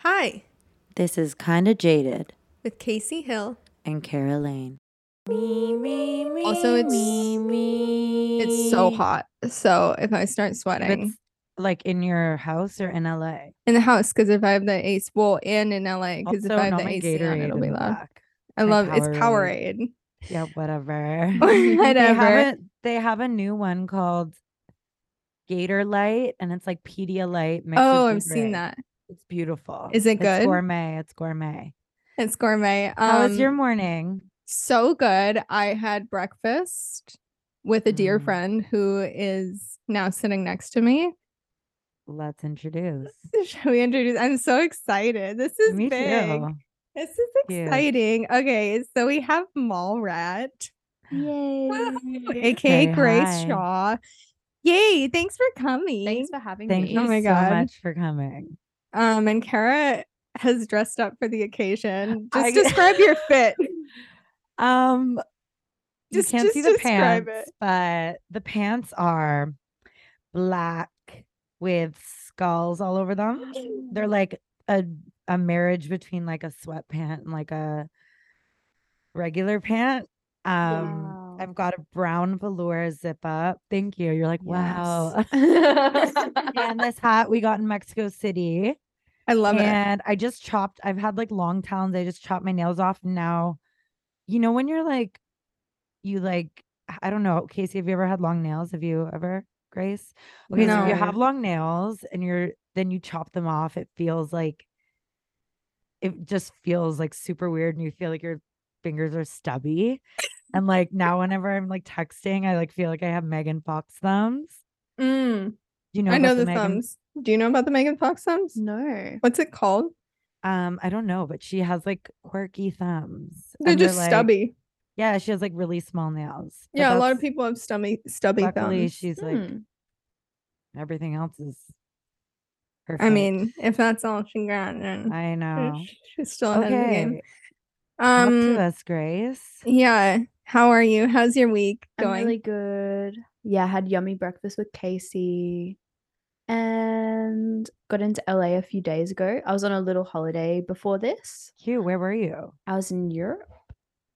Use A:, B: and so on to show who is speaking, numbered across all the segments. A: Hi
B: This is Kinda Jaded
A: with Casey Hill.
B: and Cara Lane.
A: Also, it's it's so hot. So if I start sweating
B: like in your house or in LA?
A: in the house, because if I have the ace, well, and in LA, because if I have the AC on, it'll be loud. I
B: my
A: love it's
B: Powerade.
A: Powerade.
B: Yeah, whatever. They
A: Whatever.
B: have, a, they have a new one called Gator Light, and it's like Pedialyte. Mixed
A: Oh,
B: with
A: I've seen
B: Gatorade.
A: that.
B: It's beautiful.
A: Is it
B: It's
A: good?
B: gourmet. It's gourmet.
A: It's gourmet. Um,
B: How was your morning?
A: so good? I had breakfast with a dear
B: Mm.
A: friend who is now sitting next to me.
B: Let's introduce.
A: Shall we introduce? I'm so excited. This is
B: Me
A: big.
B: too.
A: This is
B: Huge.
A: exciting. Okay, so we have Mall Rat,
B: Yay.
A: aka
B: Say
A: Grace
B: hi.
A: Shaw. Yay, thanks for coming.
C: for having
B: Thank you
A: Oh my
B: so
A: God.
B: much for coming.
A: Um, and Kara has dressed up for the occasion. Just
B: I-
A: describe your fit.
B: Um,
A: Just-
B: you can't see
A: just
B: the
A: describe
B: pants, but the pants are black with skulls all over them. They're like a a marriage between like a sweatpant and like a regular pant. Um,
C: Wow.
B: I've got a brown velour zip up. Thank you. You're like, wow. and this hat we got in Mexico City.
A: I love it.
B: and I just chopped. I've had like long talons. I just chopped my nails off. And now, you know, when you're like, you like, I don't know, Casey. Have you ever had long nails? Have you ever, Grace? Okay, so if you have
A: No.
B: long nails and you're then you chop them off. It feels like it just feels like super weird, and you feel like your fingers are stubby. and like now, whenever I'm like texting, I like feel like I have Megan Fox thumbs.
A: Mm,
B: Do You know,
A: I
B: about
A: know the
B: Megan- Mm.
A: thumbs. Do you know about the Megan Fox thumbs?
C: no.
A: What's it called?
B: Um, I don't know, but she has like quirky thumbs.
A: They're
B: and
A: just
B: like-
A: stubby.
B: Yeah, she has like really small nails. but
A: Yeah, a lot of
B: that's-
A: people have stubby stubby thumbs.
B: Luckily,
A: Hmm.
B: she's like
C: Hmm,
B: everything else is. Perfect.
A: I mean, if that's all she got, then
B: I know.
A: she's still ahead of the game.
B: Okay, um,
A: Um,
B: to us, Grace.
A: Yeah. How are you? How's your week
C: I'm
A: going?
C: really good. Yeah, I had yummy breakfast with Casey and got into LA a few days ago. I was on a little holiday before this.
B: Cute. Where were you?
C: I was in Europe.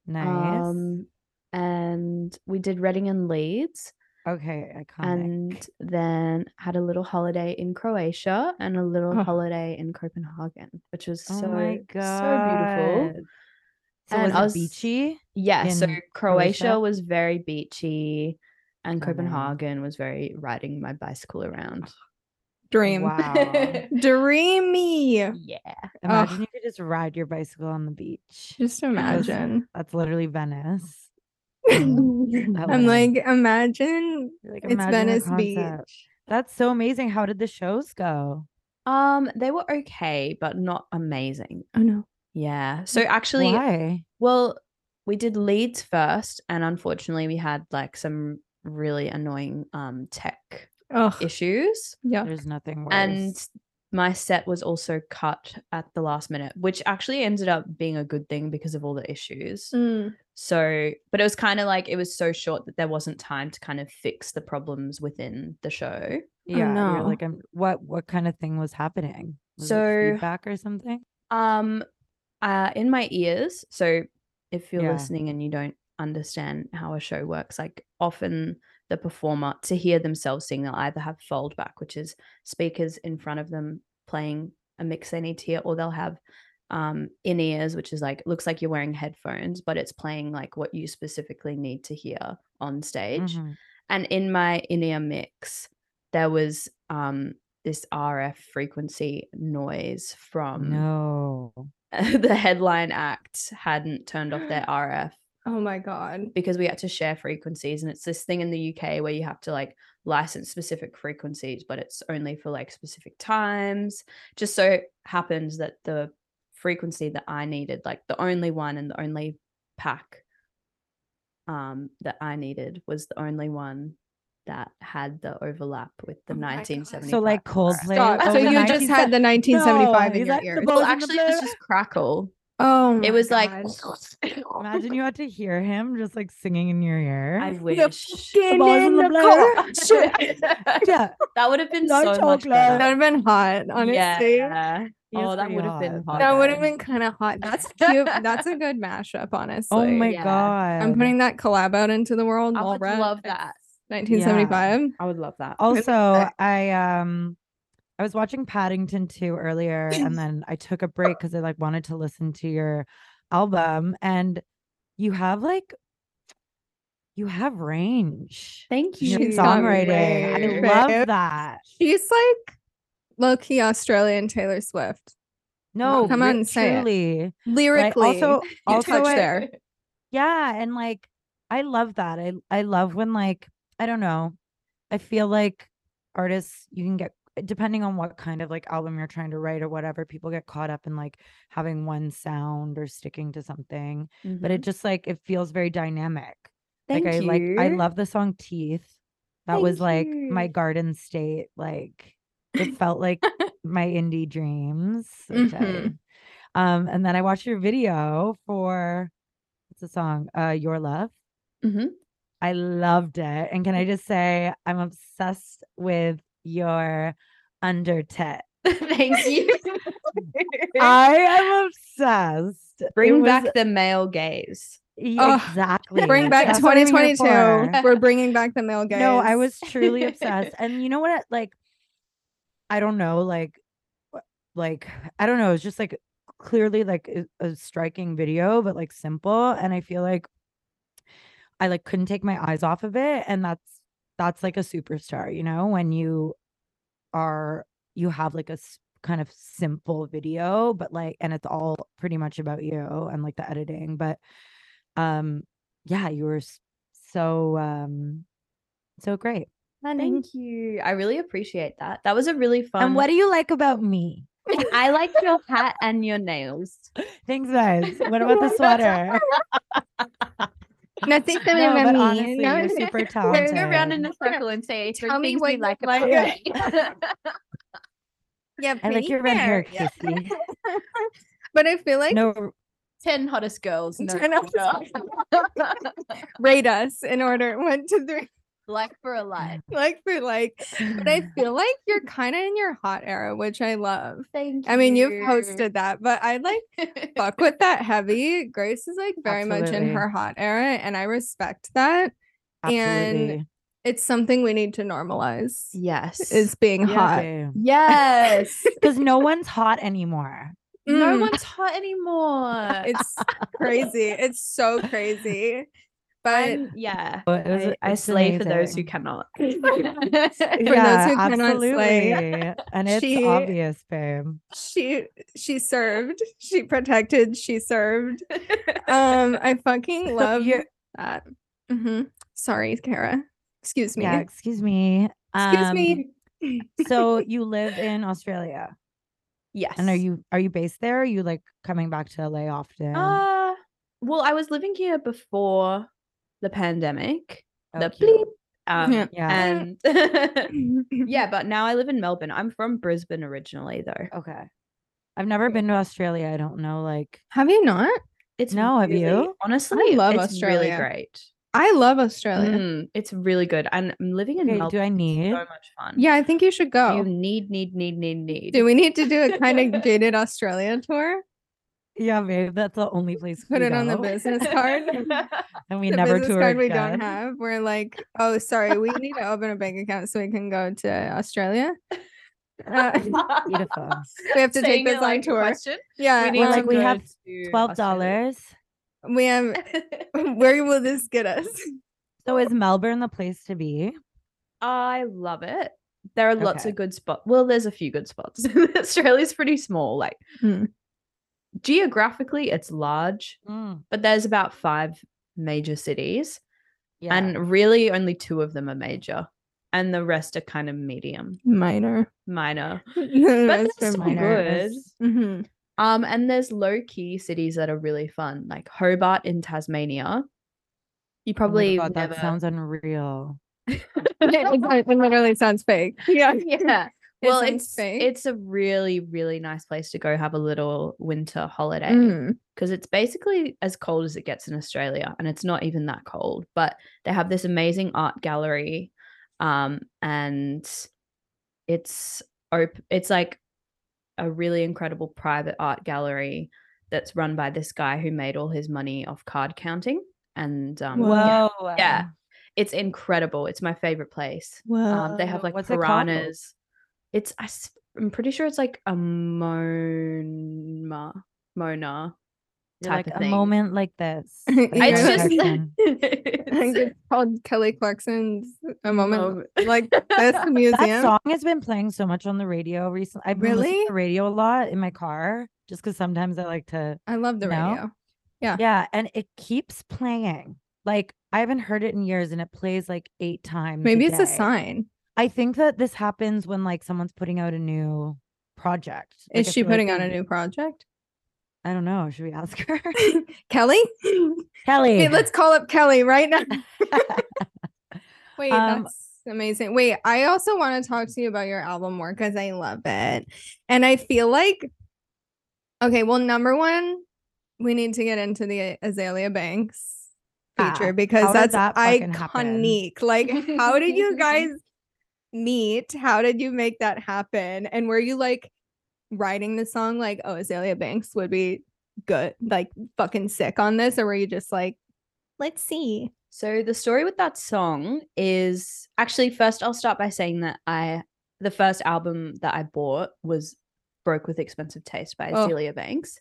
B: Nice.
C: Um and we did Reading and Leeds
B: okay, iconic.
C: and then had a little holiday in Croatia and a little
A: Oh.
C: holiday in Copenhagen, which was
B: oh
C: so
B: my god,
C: so beautiful.
B: So
C: And
B: was
C: I
B: it
C: was-
B: beachy?
C: Yeah, so
B: in
C: Croatia,
B: Croatia?
C: was very beachy and
B: Oh, nice.
C: Copenhagen was very riding my bicycle around.
A: Dream.
B: Wow.
A: Dreamy.
C: Yeah.
B: Imagine you could just ride your bicycle on the beach.
A: Just imagine.
B: That's literally Venice.
A: I'm
B: That
A: I'm
B: way.
A: like, imagine
B: You're like,
A: it's
B: Oh. imagine the
A: Venice
B: concept.
A: Beach.
B: That's so amazing. How did the shows go?
C: Um, they were okay, but not amazing.
A: Oh no.
C: Yeah. So actually,
B: Why?
C: well, we did Leeds first, and unfortunately, we had like some really annoying um tech
A: Oh
C: issues,
A: yeah.
B: There's nothing worse.
C: and my set was also cut at the last minute, which actually ended up being a good thing because of all the issues.
A: Mm.
C: So, but it was kind of like it was so short that there wasn't time to kind of fix the problems within the show.
B: yeah, you're like,
A: no.
B: I'm, what what kind of thing was happening? Was it
C: So-
B: feedback or something?
C: Um, uh, in my ears. So, if you're
B: Yeah.
C: listening and you don't understand how a show works, like often the performer to hear themselves sing, they'll either have fold back, which is speakers in front of them playing a mix they need to hear, or they'll have um in ears, which is like looks like you're wearing headphones, but it's playing like what you specifically need to hear on stage.
B: Mhm.
C: and in my in-ear mix there was um this rf frequency noise from
B: No.
C: the headline act hadn't turned off their rf
A: Oh my god.
C: because we had to share frequencies and it's this thing in the uk where you have to like license specific frequencies but it's only for like specific times just so happens that the frequency that i needed like the only one and the only pack um that i needed was the only one that had the overlap with the
A: Oh my God. So,
C: 1970
B: So like Coldplay.
C: Stop.
B: oh,
A: so
B: the
A: you just
B: 1970
A: had the 1975
B: No,
A: in your
B: is that the
A: ears.
B: bo-
C: well
B: Bones of
C: actually it was
B: Blur?
C: just crackle
A: oh, my
C: it was like
A: God.
B: Imagine you had to hear him just like singing in your ear.
C: i
A: The
C: wish
A: fucking
B: Bones
A: in
B: of
A: the
B: Blur.
A: car. Shit.
B: yeah.
C: that would have been
B: No
C: so much
B: chocolate.
C: better.
A: That would have been hot, honestly.
C: Yeah. Oh, that would have been hot.
A: That would have
C: then.
A: been kind of hot. That's cute. That's a good mashup, honestly.
B: Oh my
C: yeah.
B: god!
A: I'm putting that collab out into the world.
C: I
A: Mall
C: would
A: Rat,
C: love that.
A: 1975.
C: I would love that.
B: Also,
A: Okay.
B: I um I was watching Paddington 2 earlier and then I took a break cuz I like wanted to listen to your album and you have like you have range.
C: thank
B: in your
A: She's got
B: songwriting.
A: range,
B: I love
A: babe.
B: that.
A: She's like low key Australian Taylor Swift.
B: No,
A: come
B: re-
A: out and say it.
B: truly. Like,
A: Lyrically,
B: also also
A: touch
B: I-
A: there.
B: Yeah, and like I love that. I I love when like I don't know. I feel like artists you can get depending on what kind of like album you're trying to write or whatever, people get caught up in like having one sound or sticking to something, but
A: Mm-hmm.
B: it just like it feels very dynamic.
C: thank
B: like I
C: you.
B: like I love the song Teeth. That was like
C: Thank
B: my
C: you.
B: garden state like it felt like my indie dreams. which
C: Mm-hmm.
B: I-
A: Mhm.
B: um and then I watched your video for what's the song? Uh Your Love.
C: Mhm.
B: I loved it. And can I just say I'm obsessed with your under tit.
C: thank you.
B: I am obsessed. Uh, It
C: Bring
B: was-
C: back the male gaze.
B: y-
A: Ugh,
B: exactly.
A: Bring back
B: That's what I'm here
A: 2022.
B: for.
A: We're bringing back the male gaze.
B: No, I was truly obsessed. And you know what? Like, I don't know. Like, wh- like I don't know. It's just like clearly like a, a striking video, but like simple. And I feel like I like couldn't take my eyes off of it. And that's that's like a superstar, you know, when you are you have like a s- kind of simple video, but like, and it's all pretty much about you and like the editing. But um, yeah, you were s- so um so great.
C: Thank you. I really appreciate that. That was a really fun.
B: And what do you like about me?
C: I like your hat and your nails.
B: Thanks, guys. What about the sweater?
A: Nothing that
B: No,
A: I
B: but
A: mean.
B: honestly, you're
A: no.
B: super
C: Turn
B: talented.
C: around in a circle and say,
A: Tell me
C: things
A: what
C: we
A: you
C: like
A: like
C: about
B: about
C: you."
A: yeah,
B: I like
A: pretty
B: your red hair,
A: fair. Yeah.
B: Kissy.
A: But I feel like
B: No,
C: 10 hottest girls. No,
A: 10 hottest
C: order.
A: rate us in order one, two, three,
C: like for a like.
A: like for like. But I feel like you're kind of in your hot era, which I love.
C: Thank
A: I mean, you've posted that, but I like fuck with that heavy. Grace is like very much in
B: Absolutely.
A: her hot era, and I respect that. and
B: absolutely.
A: It's something we need to normalize.
C: yes.
A: Is being hot.
C: yes.
B: because no one's hot anymore.
C: no
A: Mm,
C: one's hot anymore.
A: It's crazy. It's so crazy. But
C: I'm- yeah.
B: Oh, it was-
C: I, I
B: it's
C: slay for those who
B: amazing.
C: cannot.
A: who cannot
B: absolutely.
A: slay.
B: And it's
A: She-
B: obvious, babe.
A: she she served. She protected. She served. Um, I fucking love
B: You're-
A: that. hmm Sorry, Kara. Excuse me.
B: Yeah, excuse me.
A: Excuse
B: Um,
A: me.
B: so you live in Australia,
C: yes.
B: and are you are you based there? Or are you like coming back to LA often?
C: Uh, well, I was living here before the pandemic.
B: Oh,
C: the
B: cute.
C: bleep. Um,
A: Yeah.
B: Yeah.
C: And yeah, but now I live in Melbourne. I'm from Brisbane originally, though.
B: Okay. I've never been to Australia. I don't know. Like,
A: Have you not?
C: It's
B: No, have
C: really-
B: you?
C: Honestly,
A: love
C: it's
A: Australia.
C: really great.
A: I love Australia.
C: Mm, it's really good. And I'm living in
B: okay,
C: Melbourne.
B: do I need?
C: So much fun.
A: Yeah, I think you should go.
C: You need, need, need, need, need.
A: Do we need to do a kind of gated Australia tour?
B: Yeah, babe. That's the only place.
A: Put
B: we
A: it on the
B: go,
C: Oh.
A: business card.
B: and we
A: the
B: never
A: business
B: toured
A: card we don't
B: again.
A: have. We're like, oh, sorry, we need to open a bank account so we can go to Australia. Uh,
B: Beautiful.
A: we have to
C: Saying
A: take
C: it
A: this on
C: like a
A: tour.
C: question.
A: Yeah,
B: need like,
A: um,
B: we
C: go
B: have
C: to
B: Twelve
C: Australia.
B: dollars.
A: we have. Where will this get us?
B: So is Melbourne the place to be?
C: I love it. There are lots
B: Okay.
C: of good spots. Well, there's a few good spots. Australia's pretty small. Like
A: Hmm.
C: geographically, it's large, but there's about five major cities,
B: yeah.
C: and really only two of them are major, and the rest are kind of medium,
A: Minor.
C: minor.
A: That's
C: there's
A: for
C: some
A: minor.
C: good-
A: Mhm.
C: Um, and there's low key cities that are really fun, like Hobart in Tasmania. You probably
B: Probably. Oh God, that
C: never-
B: sounds unreal.
A: it, it- it literally sounds fake. Yeah.
C: yeah.
A: It
C: Well,
A: sounds
C: it's
A: fake.
C: it's a really really nice place to go have a little winter holiday.
A: Mm.
C: because it's basically as cold as it gets in Australia, and it's not even that cold. But they have this amazing art gallery, um, and it's op- It's like a really incredible private art gallery that's run by this guy who made all his money off card counting. And um, yeah,
B: Whoa.
C: yeah. it's incredible. It's my favorite place.
B: Whoa.
C: Um, they have like
B: Uh, What's it called?
C: piranhas. It's I, am pretty sure it's like a mona mona
B: You're
C: type
B: like
C: of
B: a
C: thing.
B: moment like this.
A: It's
B: like
A: Yeah.
C: It's just
B: Jackson.
A: I think
C: it's
A: it's called Kelly Clarkson's A Moment
C: Oh.
A: Like This Museum.
B: that song has been playing so much on the radio recently. I've been listening to
A: Really?
B: the radio a lot in my car just because sometimes I like to.
A: I love the
B: No.
A: radio. Yeah.
B: Yeah, and it keeps playing. Like I haven't heard it in years, and it plays like eight times.
A: Maybe it's a
B: day.
A: sign.
B: I think that this happens when like someone's putting out a new project. Like,
A: Is
B: I
A: she
B: feel like
A: putting
B: they-
A: out a new project?
B: I don't know. Should we ask her?
A: Kelly?
B: Kelly.
A: Okay, let's call up Kelly right now. Wait,
B: Um,
A: that's amazing. Wait, I also want to talk to you about your album more because I love it. And I feel like, okay, well, number one, we need to get into the Azalea Banks feature
B: Ah,
A: because
B: how did
A: that's
B: that fucking happen?
A: iconic. Like, how did you guys meet? How did you make that happen? And were you like writing the song like, oh, Azalea Banks would be good, like fucking sick on this? Or were you just like, let's see?
C: So the story with that song is actually first I'll start by saying that I the first album that I bought was Broke with Expensive Taste by
A: Oh.
C: Celia Banks.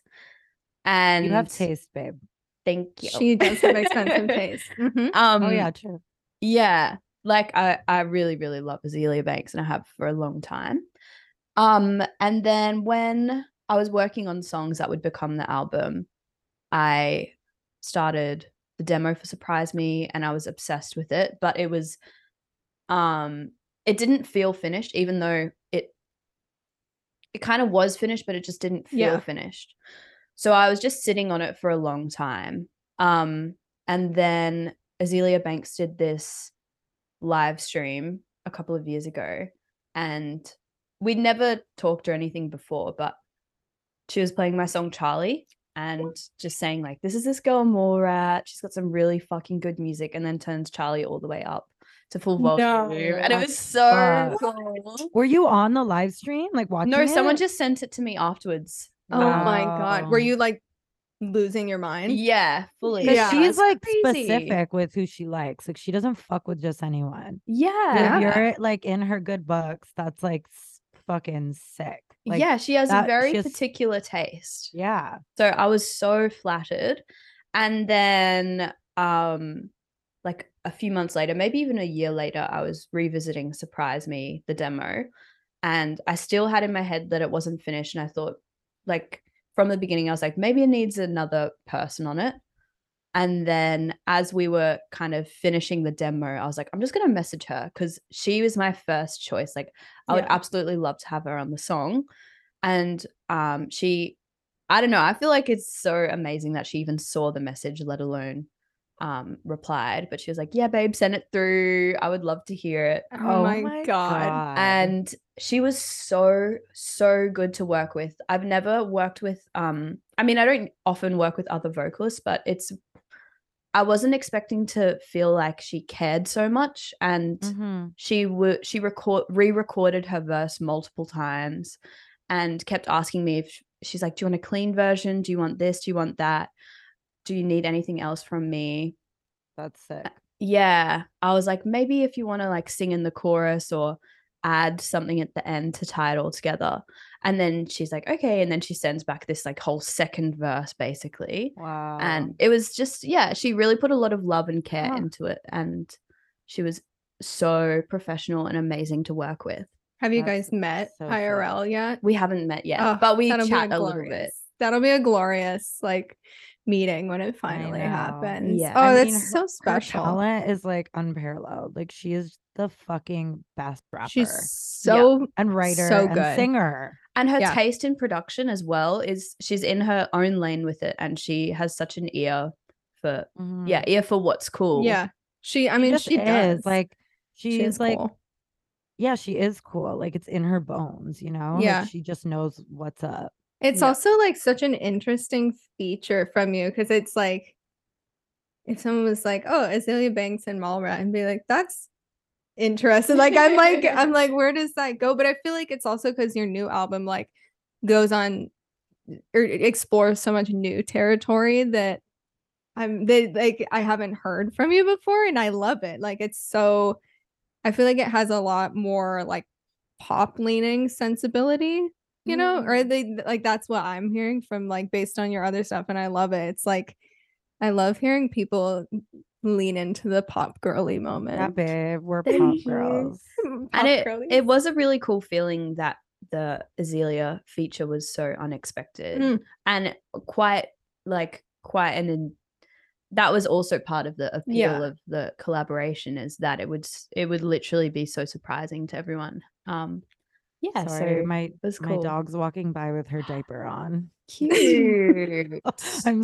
C: And
B: you have taste, babe.
C: Thank you.
A: She does have expensive taste. Mhm.
C: Um
B: oh yeah, true.
C: yeah. Like I I really really love Azealia Banks and I have for a long time. Um and then when I was working on songs that would become the album, I started the demo for Surprise Me and I was obsessed with it, but it was um it didn't feel finished even though it it kind of was finished but it just didn't feel
A: Yeah.
C: finished. So I was just sitting on it for a long time. Um and then Azealia Banks did this live stream a couple of years ago and we'd never talked or anything before, but she was playing my song Charlie and just saying like this is this girl Morat. She's got some really fucking good music and then turns Charlie all the way up to full volume. and it
B: No.
C: was so
B: Fuck.
C: cool.
B: Were you on the live stream? Like watching?
C: No, someone
B: it?
C: just sent it to me afterwards.
A: Oh my God. Were
B: Wow.
A: you like losing your mind?
C: Yeah, fully.
B: 'Cause
A: Yeah,
B: she's
C: it's
B: like
C: crazy.
B: specific with who she likes. Like she doesn't fuck with just anyone.
C: Yeah.
B: If
A: Yeah.
B: you're like in her good books, that's like s- fucking sick. Like,
C: yeah, she has
B: that-
C: a very
B: she has-
C: particular taste.
B: Yeah.
C: So I was so flattered. And then um like a few months later, maybe even a year later, I was revisiting Surprise Me, the demo. And I still had in my head that it wasn't finished. And I thought, like, from the beginning, I was like, maybe it needs another person on it. And then as we were kind of finishing the demo, I was like, I'm just going to message her because she was my first choice. Like, I would
A: Yeah.
C: absolutely love to have her on the song. And um, she, I don't know, I feel like it's so amazing that she even saw the message, let alone um, replied. But she was like, Yeah, babe, send it through. I would love to hear it.
A: Oh, my, God.
C: And she was so, so good to work with. I've never worked with, um, I mean, I don't often work with other vocalists, but it's, I wasn't expecting to feel like she cared so much. And
B: Mhm.
C: she would she record re-recorded her verse multiple times and kept asking me if she's like do you want a clean version do you want this do you want that do you need anything else from me
B: That's sick.
C: yeah i was like maybe if you want to like sing in the chorus or add something at the end to tie it all together and then she's like okay and then she sends back this like whole second verse basically
A: Oh.
B: Wow.
C: and it was just yeah she really put a lot of love and care
B: Huh.
C: into it and she was so professional and amazing to work with
A: Have you
B: That's
A: guys met
B: so sick.
A: IRL yet?
C: we haven't met yet
A: Oh,
C: but we
A: that'll be
C: chat a, little bit
A: glorious- That'll be a glorious like meeting when it finally
B: know.
A: happens.
C: Yeah.
A: Oh,
B: I
A: that's
B: mean, her-
A: so
B: her
A: special.
B: talent is like unparalleled. Like she is the fucking best rapper
A: She's so
B: and writer
A: so
B: and
A: good.
B: singer.
C: and her
A: Yeah.
C: taste in production as well is she's in her own lane with it and she has such an ear for yeah
B: Mhm.
C: ear for what's cool
A: Mm. yeah. She I mean
B: just
A: she, does
B: is like
A: she
B: she's
A: is
B: like
A: cool.
B: yeah, she is cool. Like it's in her bones, you know?
A: Yeah.
B: Like she just knows what's up.
A: It's
C: Yeah.
A: also like such an interesting feature from you because it's like if someone was like, "Oh, Azalea Banks and Mallrat," and be like, "That's interesting." Like I'm like I'm like, where does that go? But I feel like it's also because your new album, like goes on or explores so much new territory that I'm they like I haven't heard from you before and I love it. Like it's so I feel like it has a lot more like pop leaning sensibility, you know, or
B: Mm.
A: they like that's what I'm hearing from like based on your other stuff and I love it. It's like I love hearing people lean into the pop girly moment.
B: Yeah, babe, we're
A: Thank
B: pop
A: you.
B: girls.
A: Pop
C: and it,
A: girly.
C: it was a really cool feeling that the Azealia feature was so unexpected
A: Mm.
C: and quite like quite an in- that was also part of the appeal
A: Yeah.
C: of the collaboration is that it would s- it would literally be so surprising to everyone um yeah
B: Sorry,
C: so
B: my
C: was
B: my
C: cool.
B: dog's walking by with her diaper on.
C: cute
B: I'm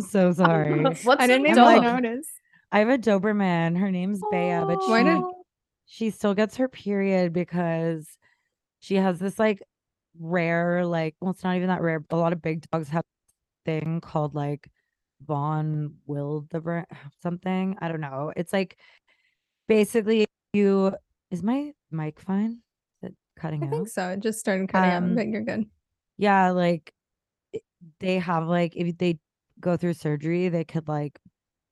B: so sorry.
C: what's
A: I didn't
C: her
A: even
B: dog?
A: notice.
B: I have a Doberman. Her name's Bea, but
A: Why
B: she
A: did-
B: she still gets her period because she has this like rare, like well, it's not even that rare. but A lot of big dogs have thing called like Von Wildebrand something. I don't know. It's like basically you is my mic fine? Is it cutting
A: I
B: out?
A: think so. It just started cutting out,
B: Um,
A: but you're good.
B: yeah like it- they have like if they go through surgery they could like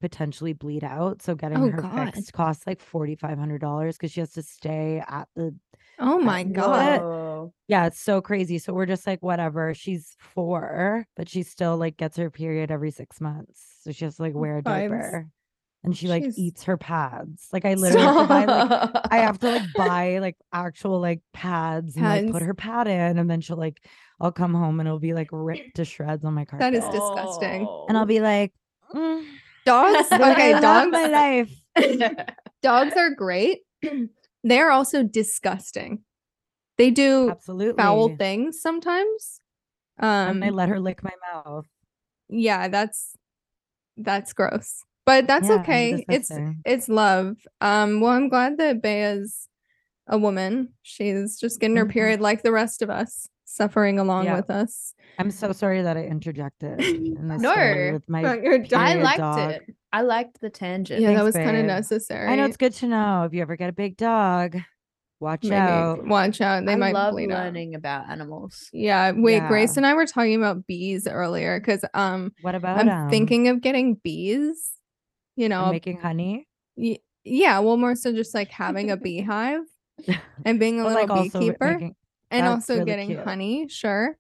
B: potentially bleed out so getting
A: Oh,
B: her
A: God.
B: fixed costs like $4500 because she has to stay at the
A: Oh my
B: what?
A: god.
B: yeah it's so crazy so we're just like whatever she's four but she still like gets her period every six months so she has to like wear a
A: Vibes.
B: diaper and she like
A: She's-
B: eats her pads like i literally have to buy, like, I have to like buy like actual like pads and like put
A: Pads.
B: her pad in, and then she'll like I'll come home and it'll be like ripped to shreds on my carpet,
A: That is disgusting.
B: and I'll be like, mm,
A: Dogs.
B: but I
A: Okay,
B: love
A: dogs.
B: my life.
C: Oh.
A: Dogs are great. They're also disgusting. They do
B: Absolutely,
A: foul things sometimes. Um
B: And I let her lick my mouth.
A: yeah, that's that's gross. But that's
B: Yeah,
A: okay. It's
B: disgusting.
A: it's love. Um well I'm glad that Bea's a woman. She's just getting her
B: Mhm.
A: period like the rest of us, suffering along
B: Yeah.
A: with us.
B: I'm so sorry that I interjected. In this
C: No.
B: story with my
A: But your dog-
C: i
B: period
C: liked
B: dog.
C: it i liked the tangent
A: yeah, that
B: thanks,
A: was kind of
B: babe.
A: necessary.
B: I know it's good to know if you ever get a big dog, watch
A: Maybe
B: out.
A: watch out. They
C: i
A: might
C: love
A: bleed out.
C: learning about animals
A: Yeah. Wait,
B: Yeah.
A: Grace and I were talking about bees earlier because um
B: What about
A: I'm
B: um,
A: thinking of getting bees. You
B: and
A: know,
B: making honey?
A: y- yeah. Well, more so just like having a beehive and being a
B: But,
A: little
B: like also
A: beekeeper
B: making-
A: and
B: that's
A: also
B: really
A: getting
B: cute.
A: honey, sure.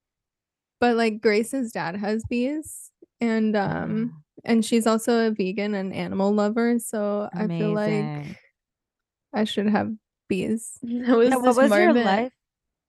A: But like Grace's dad has bees, and um, and she's also a vegan and animal lover, so I feel
B: Amazing.
A: like I should have bees.
C: That was
B: Yeah,
C: this
B: what was
C: moment.
B: your life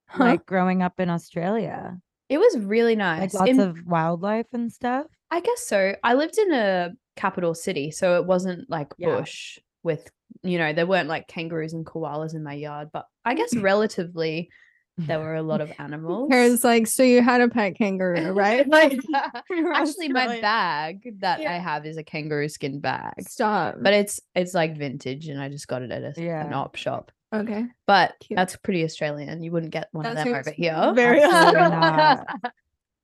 A: Huh?
B: like growing up in Australia?
C: It was really
B: Like
C: nice.
B: lots
C: In-
B: of wildlife and stuff.
C: I guess so. I lived in a capital city, so it wasn't like
B: Yeah.
C: bush with you know there weren't like kangaroos and koalas in my yard, but I guess relatively there were a lot of animals.
A: Hair's like, so you had a pet kangaroo, right? Like, you're
C: Actually, my
A: Australian.
C: bag that
A: Yeah.
C: I have is a kangaroo skin bag,
A: Stop.
C: but it's it's like vintage, and I just got it at a, an
B: Yeah.
C: op shop.
A: okay.
C: But
A: Cute.
C: that's pretty Australian. You wouldn't get one
A: That's
C: of them
A: who's
C: over here.
A: very
B: Absolutely not.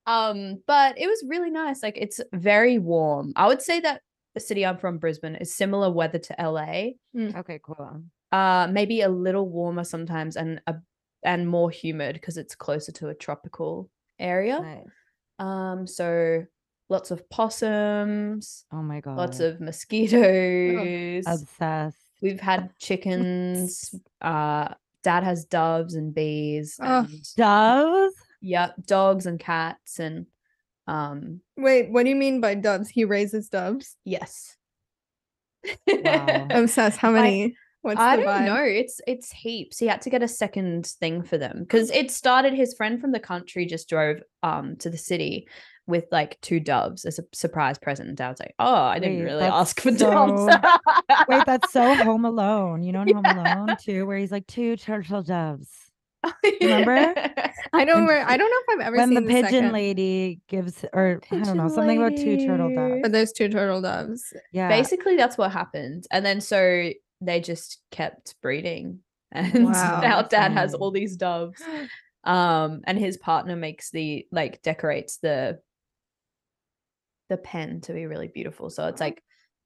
C: um, but it was really nice. Like it's very warm. I would say that the city I'm from, Brisbane, is similar weather to LA.
B: Okay, cool.
C: Uh, maybe a little warmer sometimes, and a and more humid because it's closer to a tropical area.
B: Nice.
C: Um, so lots of possums,
B: Oh my god.
C: lots of mosquitoes.
B: obsessed.
C: We've had chickens. Uh, dad has doves and bees.
A: Ugh.
C: and-
B: Doves?
C: Yep, dogs and cats and um
A: Wait, what do you mean by doves? He raises doves.
C: yes.
B: Wow.
A: Obsessed. How
C: My-
A: many? What's
C: I
A: the
C: don't
A: vibe?
C: know. It's it's heaps. He had to get a second thing for them because it started. His friend from the country just drove um to the city with like two doves as a surprise present. And Dad's like, "Oh, I didn't
B: Wait,
C: really
B: that's
C: ask for
B: so-
C: doves."
B: Wait, that's so Home Alone. You know, in Home Alone too, where he's like two turtle doves. remember?
A: I don't.
B: when
A: Re- I
B: she-
A: don't know if I've ever
B: when
A: seen
B: the pigeon
A: second,
B: lady gives, or I don't know,
C: Pigeon
B: something about two turtle
C: lady.
B: doves.
A: But there's two turtle doves.
B: Yeah,
C: Basically, that's what happened. And then so they just kept breeding, and
A: Wow.
C: now Dad has
B: Insane.
C: all these doves. um and his partner makes the like decorates the the pen to be really beautiful so it's like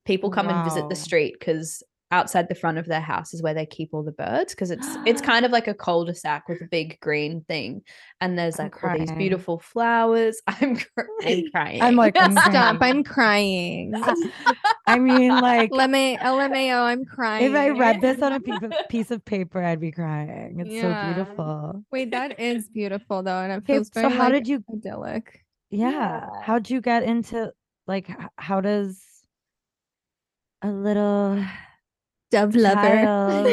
C: people come and visit
B: Wow.
C: the street because outside the front of their house is where they keep all the birds because it's it's kind of like a cul-de-sac with a big green thing and there's
B: I'm
C: like all these
B: crying.
C: beautiful flowers i'm, cr- I'm crying
B: I'm like, "Oh I'm
A: Stop.
B: crying.
A: I'm crying.
B: I mean, like,
A: Lemme, LMAO, I'm crying.
B: if I read this on a piece of, piece of paper, I'd be crying. It's
A: Yeah.
B: so beautiful.
A: Wait, that is beautiful though, and it
B: Okay,
A: feels
B: so
A: very
B: how did you?
A: idyllic.
B: Yeah,
C: Yeah.
B: how'd you get into like? h- How does a little
A: Dove
B: child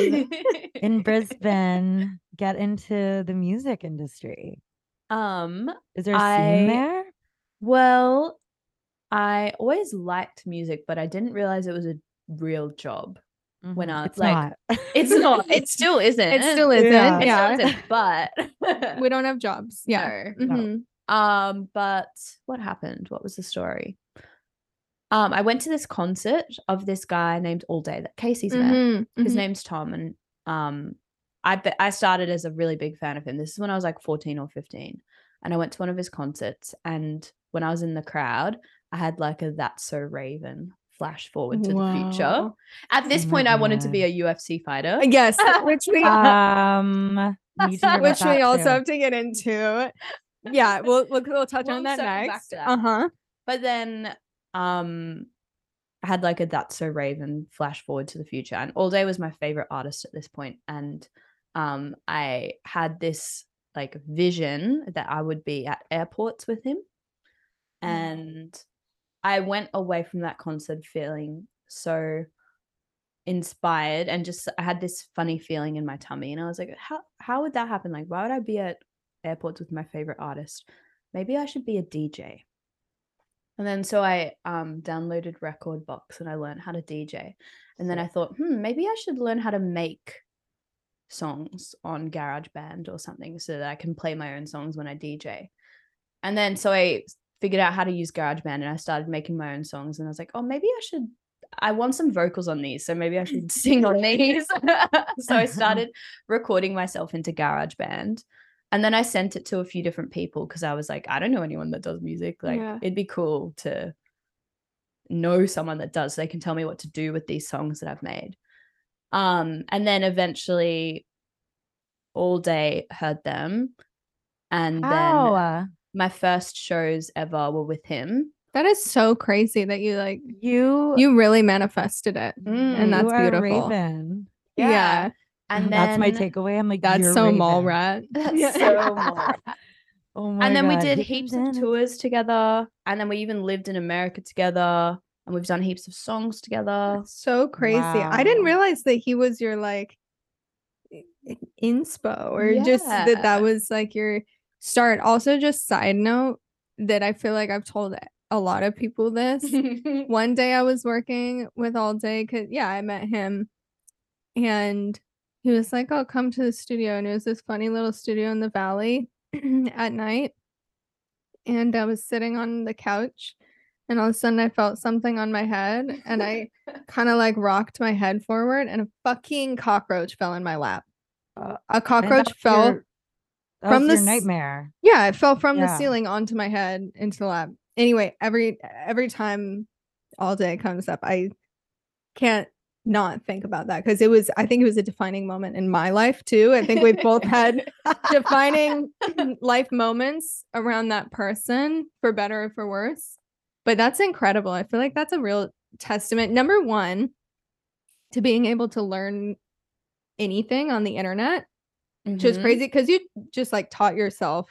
B: in Brisbane get into the music industry?
C: um
B: Is there a scene
C: I-
B: there?
C: well i always liked music but i didn't realize it was a real job when
B: Mhm.
C: I-
B: it's
C: like,
B: not.
C: it's not it still isn't
A: It still isn't.
B: Yeah.
A: Yeah.
C: It still isn't, but
A: We don't have jobs. Yeah.
C: No.
B: No.
A: Mhm.
C: Um, but what happened? What was the story? Um, I went to this concert of this guy named All Day that Casey's met.
A: Mhm,
C: His
A: mhm.
C: name's Tom, and um, I be- I started as a really big fan of him. This is when I was like fourteen or fifteen, and I went to one of his concerts. And when I was in the crowd, I had like a "That's So Raven" flash forward to the future.
A: Wow. Mm-hmm.
C: At this
B: Oh my
C: point, I wanted to be a UFC fighter.
A: Yes, which we
B: Uh, um, need to hear about
A: which we
B: that
A: also
B: too.
A: have to get into. Uh, Yeah, we'll we'll, we'll touch
C: We'll
A: on that
C: circle back
A: next.
C: to that.
A: Uh huh.
C: But then um I had like a That's So Raven flash forward to the future. And All Day was my favorite artist at this point. And um I had this like vision that I would be at airports with him. And I went away from that concert feeling so inspired and just I had this funny feeling in my tummy. And I was like, how how would that happen? Like, why would I be at airports with my favorite artist? Maybe I should be a DJ. And then so I um, downloaded Record Box and I learned how to DJ. And then I thought, hmm, maybe I should learn how to make songs on GarageBand or something so that I can play my own songs when I DJ. And then so I s- figured out how to use GarageBand and I started making my own songs. And I was like, oh, maybe I should, I want some vocals on these. So maybe I should sing on these. so I started recording myself into GarageBand. And then I sent it to a few different people because I was like, I don't know anyone that does music. Like,
A: Yeah.
C: it'd be cool to know someone that does so they can tell me what to do with these songs that I've made. Um, and then eventually, all day heard them. And then
B: Wow. uh,
C: my first shows ever were with him.
A: That is so crazy that you like
B: you,
A: you really manifested it.
C: Mm,
A: and
B: you
A: that's
B: are a
A: beautiful.
B: Raven.
A: Yeah,
C: And
B: Oh, that's my
C: then-
B: takeaway. I'm like,
A: that's
B: you're
A: so
B: Raven.
A: mall rat.
C: That's so more.
B: Oh my
C: And then we
B: God,
C: did
B: he
C: heaps
B: comes
C: of
B: in.
C: tours together. And then we even lived in America together. And we've done heaps of songs together.
A: That's so crazy. I didn't
B: Wow.
A: realize that he was your like i- i- inspo or just that
C: Yeah.
A: that was like your start. Also, just side note that I feel like I've told a lot of people this. One day I was working with All Day because yeah, I met him and he was like, Oh, come to the studio. And it was this funny little studio in the valley at night. And I was sitting on the couch and all of a sudden I felt something on my head and I kind of like rocked my head forward and a fucking cockroach fell in my lap.
B: Uh,
A: A
B: And that
A: cockroach
B: was
A: fell.
B: your- that
A: from
B: was your
A: the s-
B: nightmare.
A: Yeah, it fell from
B: Yeah.
A: the ceiling onto my head into the lab. Anyway, every every time all day comes up, I can't not think about that because it was I think it was a defining moment in my life too. I think we've both had defining life moments around that person for better or for worse. But that's incredible. I feel like that's a real testament number 1 to being able to learn anything on the internet which is
B: Mm-hmm.
C: Mhm.
A: crazy because you just like taught yourself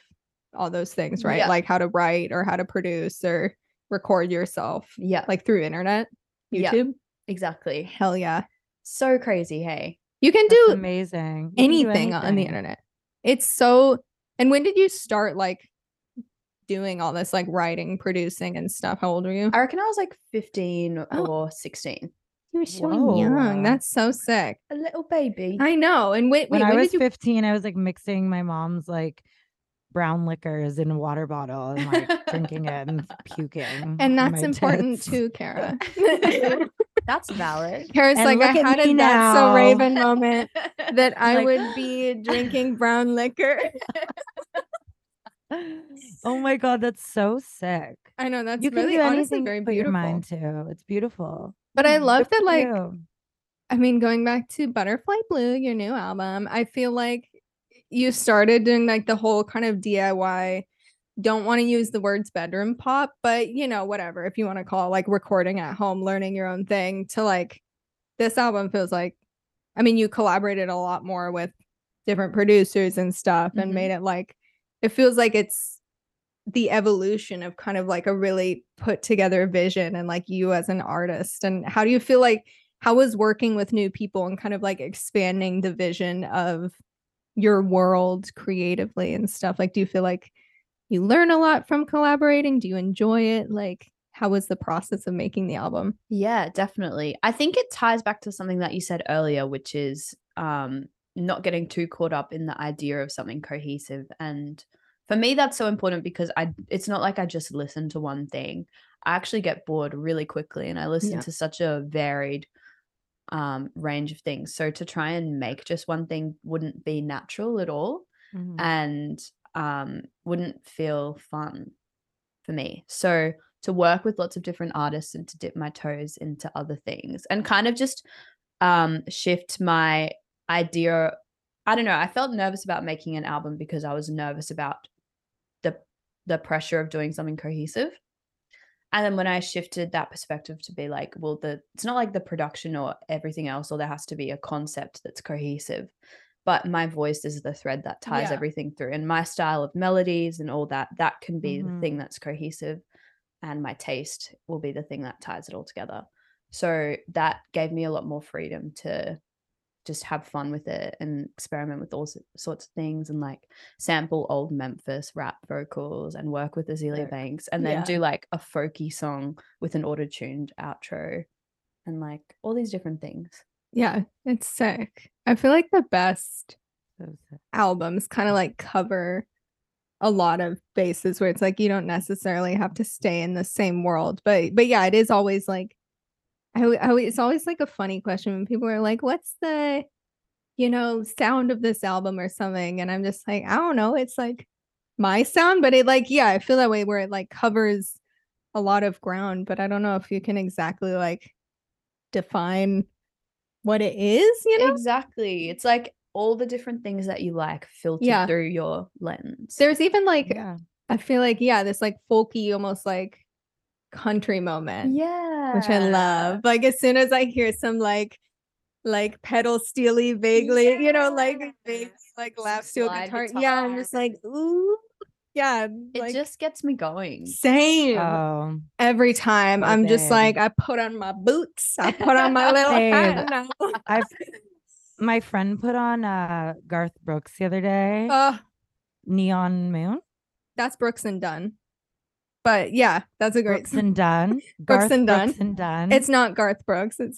A: all those things, right?
C: Yeah.
A: Like how to write or how to produce or record yourself,
C: Yeah,
A: like through internet,
C: Yeah.
A: YouTube.
C: exactly.
A: Hell yeah,
C: So crazy. Hey.
A: you can
B: That's
A: do
B: amazing. You can do
A: anything, on the
B: anything.
A: internet. It's so. And when did you start like doing all this, like writing, producing, and stuff? How old were you?
C: I reckon I was like 15
A: Oh.
C: or 16.
A: You were
B: so Whoa. young.
A: That's so sick.
C: A little baby.
A: I know. And wait,
B: When
A: wait,
B: I
A: when
B: was
A: did you?
B: 15, I was like mixing my mom's like brown liquors in a water bottle and like drinking it and puking. on
A: And that's
B: my
A: important
B: tits.
A: too, Kara.
C: That's valid.
A: Kara's
B: And
A: like, I
B: look at
A: had a
B: me
A: that's so
B: now."
A: Raven moment. that I
B: Like,
A: would be drinking brown liquor.
B: Oh my god, that's so sick.
A: I know that's
B: you can
A: really
B: do
A: honestly
B: anything
A: very
B: you put your
A: beautiful.
B: mind to. It's beautiful. Mm-hmm.
A: But I
C: Mm.
A: love
B: Good
A: that
B: for
A: like
B: you.
A: I mean, going back to Butterfly Blue, your new album, I feel like you started doing like the whole kind of DIY. Don't want to use the words bedroom pop, but you know, whatever, if you want to call it like recording at home, learning your own thing to like this album feels like, I mean, you collaborated a lot more with different producers and stuff and
C: Mhm.
A: made it like, it feels like it's the evolution of kind of like a really put together vision and like you as an artist. And how do you feel like how was working with new people and kind of like expanding the vision of your world creatively and stuff like do you feel like you learn a lot from collaborating do you enjoy it like how was the process of making the album
C: Yeah, definitely. I think it ties back to something that you said earlier, which is um, not getting too caught up in the idea of something cohesive. And for me, that's so important because I it's not like I just listen to one thing. I actually get bored really quickly, and I listen
A: Yeah.
C: to such a varied um, range of things. So to try and make just one thing wouldn't be natural at all
B: Mhm.
C: and um, wouldn't feel fun for me. So to work with lots of different artists and to dip my toes into other things and kind of just um, shift my idea. I don't know. I felt nervous about making an album because I was nervous about the the pressure of doing something cohesive. And then when I shifted that perspective to be like, well, the it's not like the production or everything else, or there has to be a concept that's cohesive. But my voice is the thread that ties
A: Yeah.
C: everything through. And my style of melodies and all that, that can be the
B: Mhm.
C: thing that's cohesive. And my taste will be the thing that ties it all together. So that gave me a lot more freedom to just have fun with it and experiment with all s- sorts of things and like sample old Memphis rap vocals and work with Azealia
B: Sick.
C: Banks and then
A: Yeah.
C: do like a folky song with an auto tuned outro and like all these different things.
A: yeah it's sick i feel like the best
B: So sick.
A: albums kind of like cover a lot of bases where it's like you don't necessarily have to stay in the same world but but yeah it is always like I, al- I always, it's always like a funny question when people are like what's the you know sound of this album or something and i'm just like i don't know it's like my sound but it like yeah i feel that way where it like covers a lot of ground but i don't know if you can exactly like define what it is you know
C: Exactly. It's like all the different things that you like filtered
A: Yeah.
C: through your lens.
A: there's even like
B: Yeah.
A: I feel like yeah, this like folky, almost like country moment,
C: yeah.
A: which I love. Like as soon as I hear some like like pedal steely, vaguely, you know, like
C: Yeah.
A: vaguely, like
C: Some
A: lap steel
C: slide
A: guitar. Yeah, I'm just like ooh, yeah,
C: It
A: like
C: just gets me going.
A: same
B: Oh,
A: every time.
B: so
A: I'm just
B: good.
A: like I put on my boots, I put on my little hat.
B: Babe.
A: and I'm-
B: I my friend put on uh Garth Brooks the other day.
A: Oh,
B: Neon Moon.
A: that's Brooks and Dunn. But yeah, that's a great.
B: Brooks and Dunn.
A: Brooks
B: Garth
A: and Dunn.
B: Brooks and Dunn.
A: It's not Garth Brooks. It's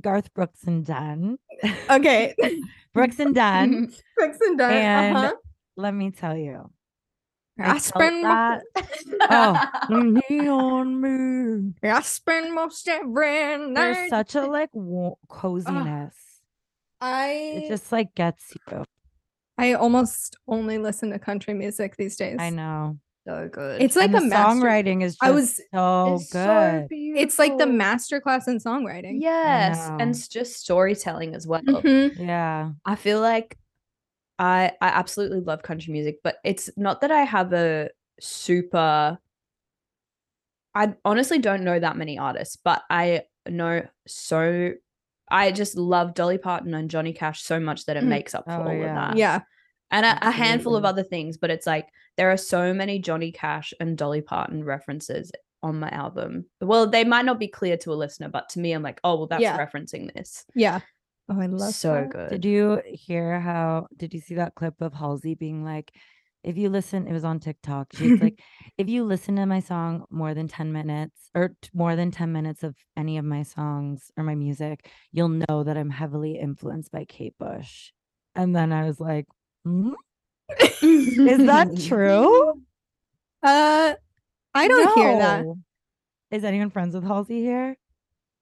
B: Garth Brooks and Dunn.
A: okay.
B: Brooks and Dunn.
A: Brooks and Dunn.
B: And
A: uh-huh.
B: Let me tell you. I felt
A: Aspen
B: that Oh. Neon Moon.
A: I spend most every night.
B: There's such a like wo- coziness.
A: I
B: It just like gets you.
A: I almost only listen to country music these days.
B: I know.
C: so good.
A: It's like
B: and
A: a
B: the
A: master-
B: songwriting is just
A: I was.
B: so
C: It's so
B: Oh, good.
A: It's like the
C: beautiful.
A: masterclass in songwriting.
C: Yes,
B: know.
C: and s- just storytelling as well.
A: Mhm.
B: yeah.
C: I feel like I I absolutely love country music, but it's not that I have a super I honestly don't know that many artists, but I know so I just love Dolly Parton and Johnny Cash so much that it
A: Mm.
C: makes up for
B: Oh,
C: all of
B: yeah.
C: that.
A: Yeah.
C: and a, a handful of
B: Absolutely.
C: other things but it's like there are so many johnny cash and dolly parton references on my album well they might not be clear to a listener but to me i'm like oh well that's
A: Yeah.
C: referencing this
A: Yeah. Oh, I love
C: so
A: that.
C: good
B: Did you hear how? Did you see that clip of Halsey being like, if you listen, it was on TikTok. She's like, if you listen to my song more than 10 minutes or t- more than 10 minutes of any of my songs or my music, you'll know that I'm heavily influenced by Kate Bush. And then I was like, "Hmm? is that true?
A: Uh, I don't hear that.
B: No. Is anyone friends with Halsey here?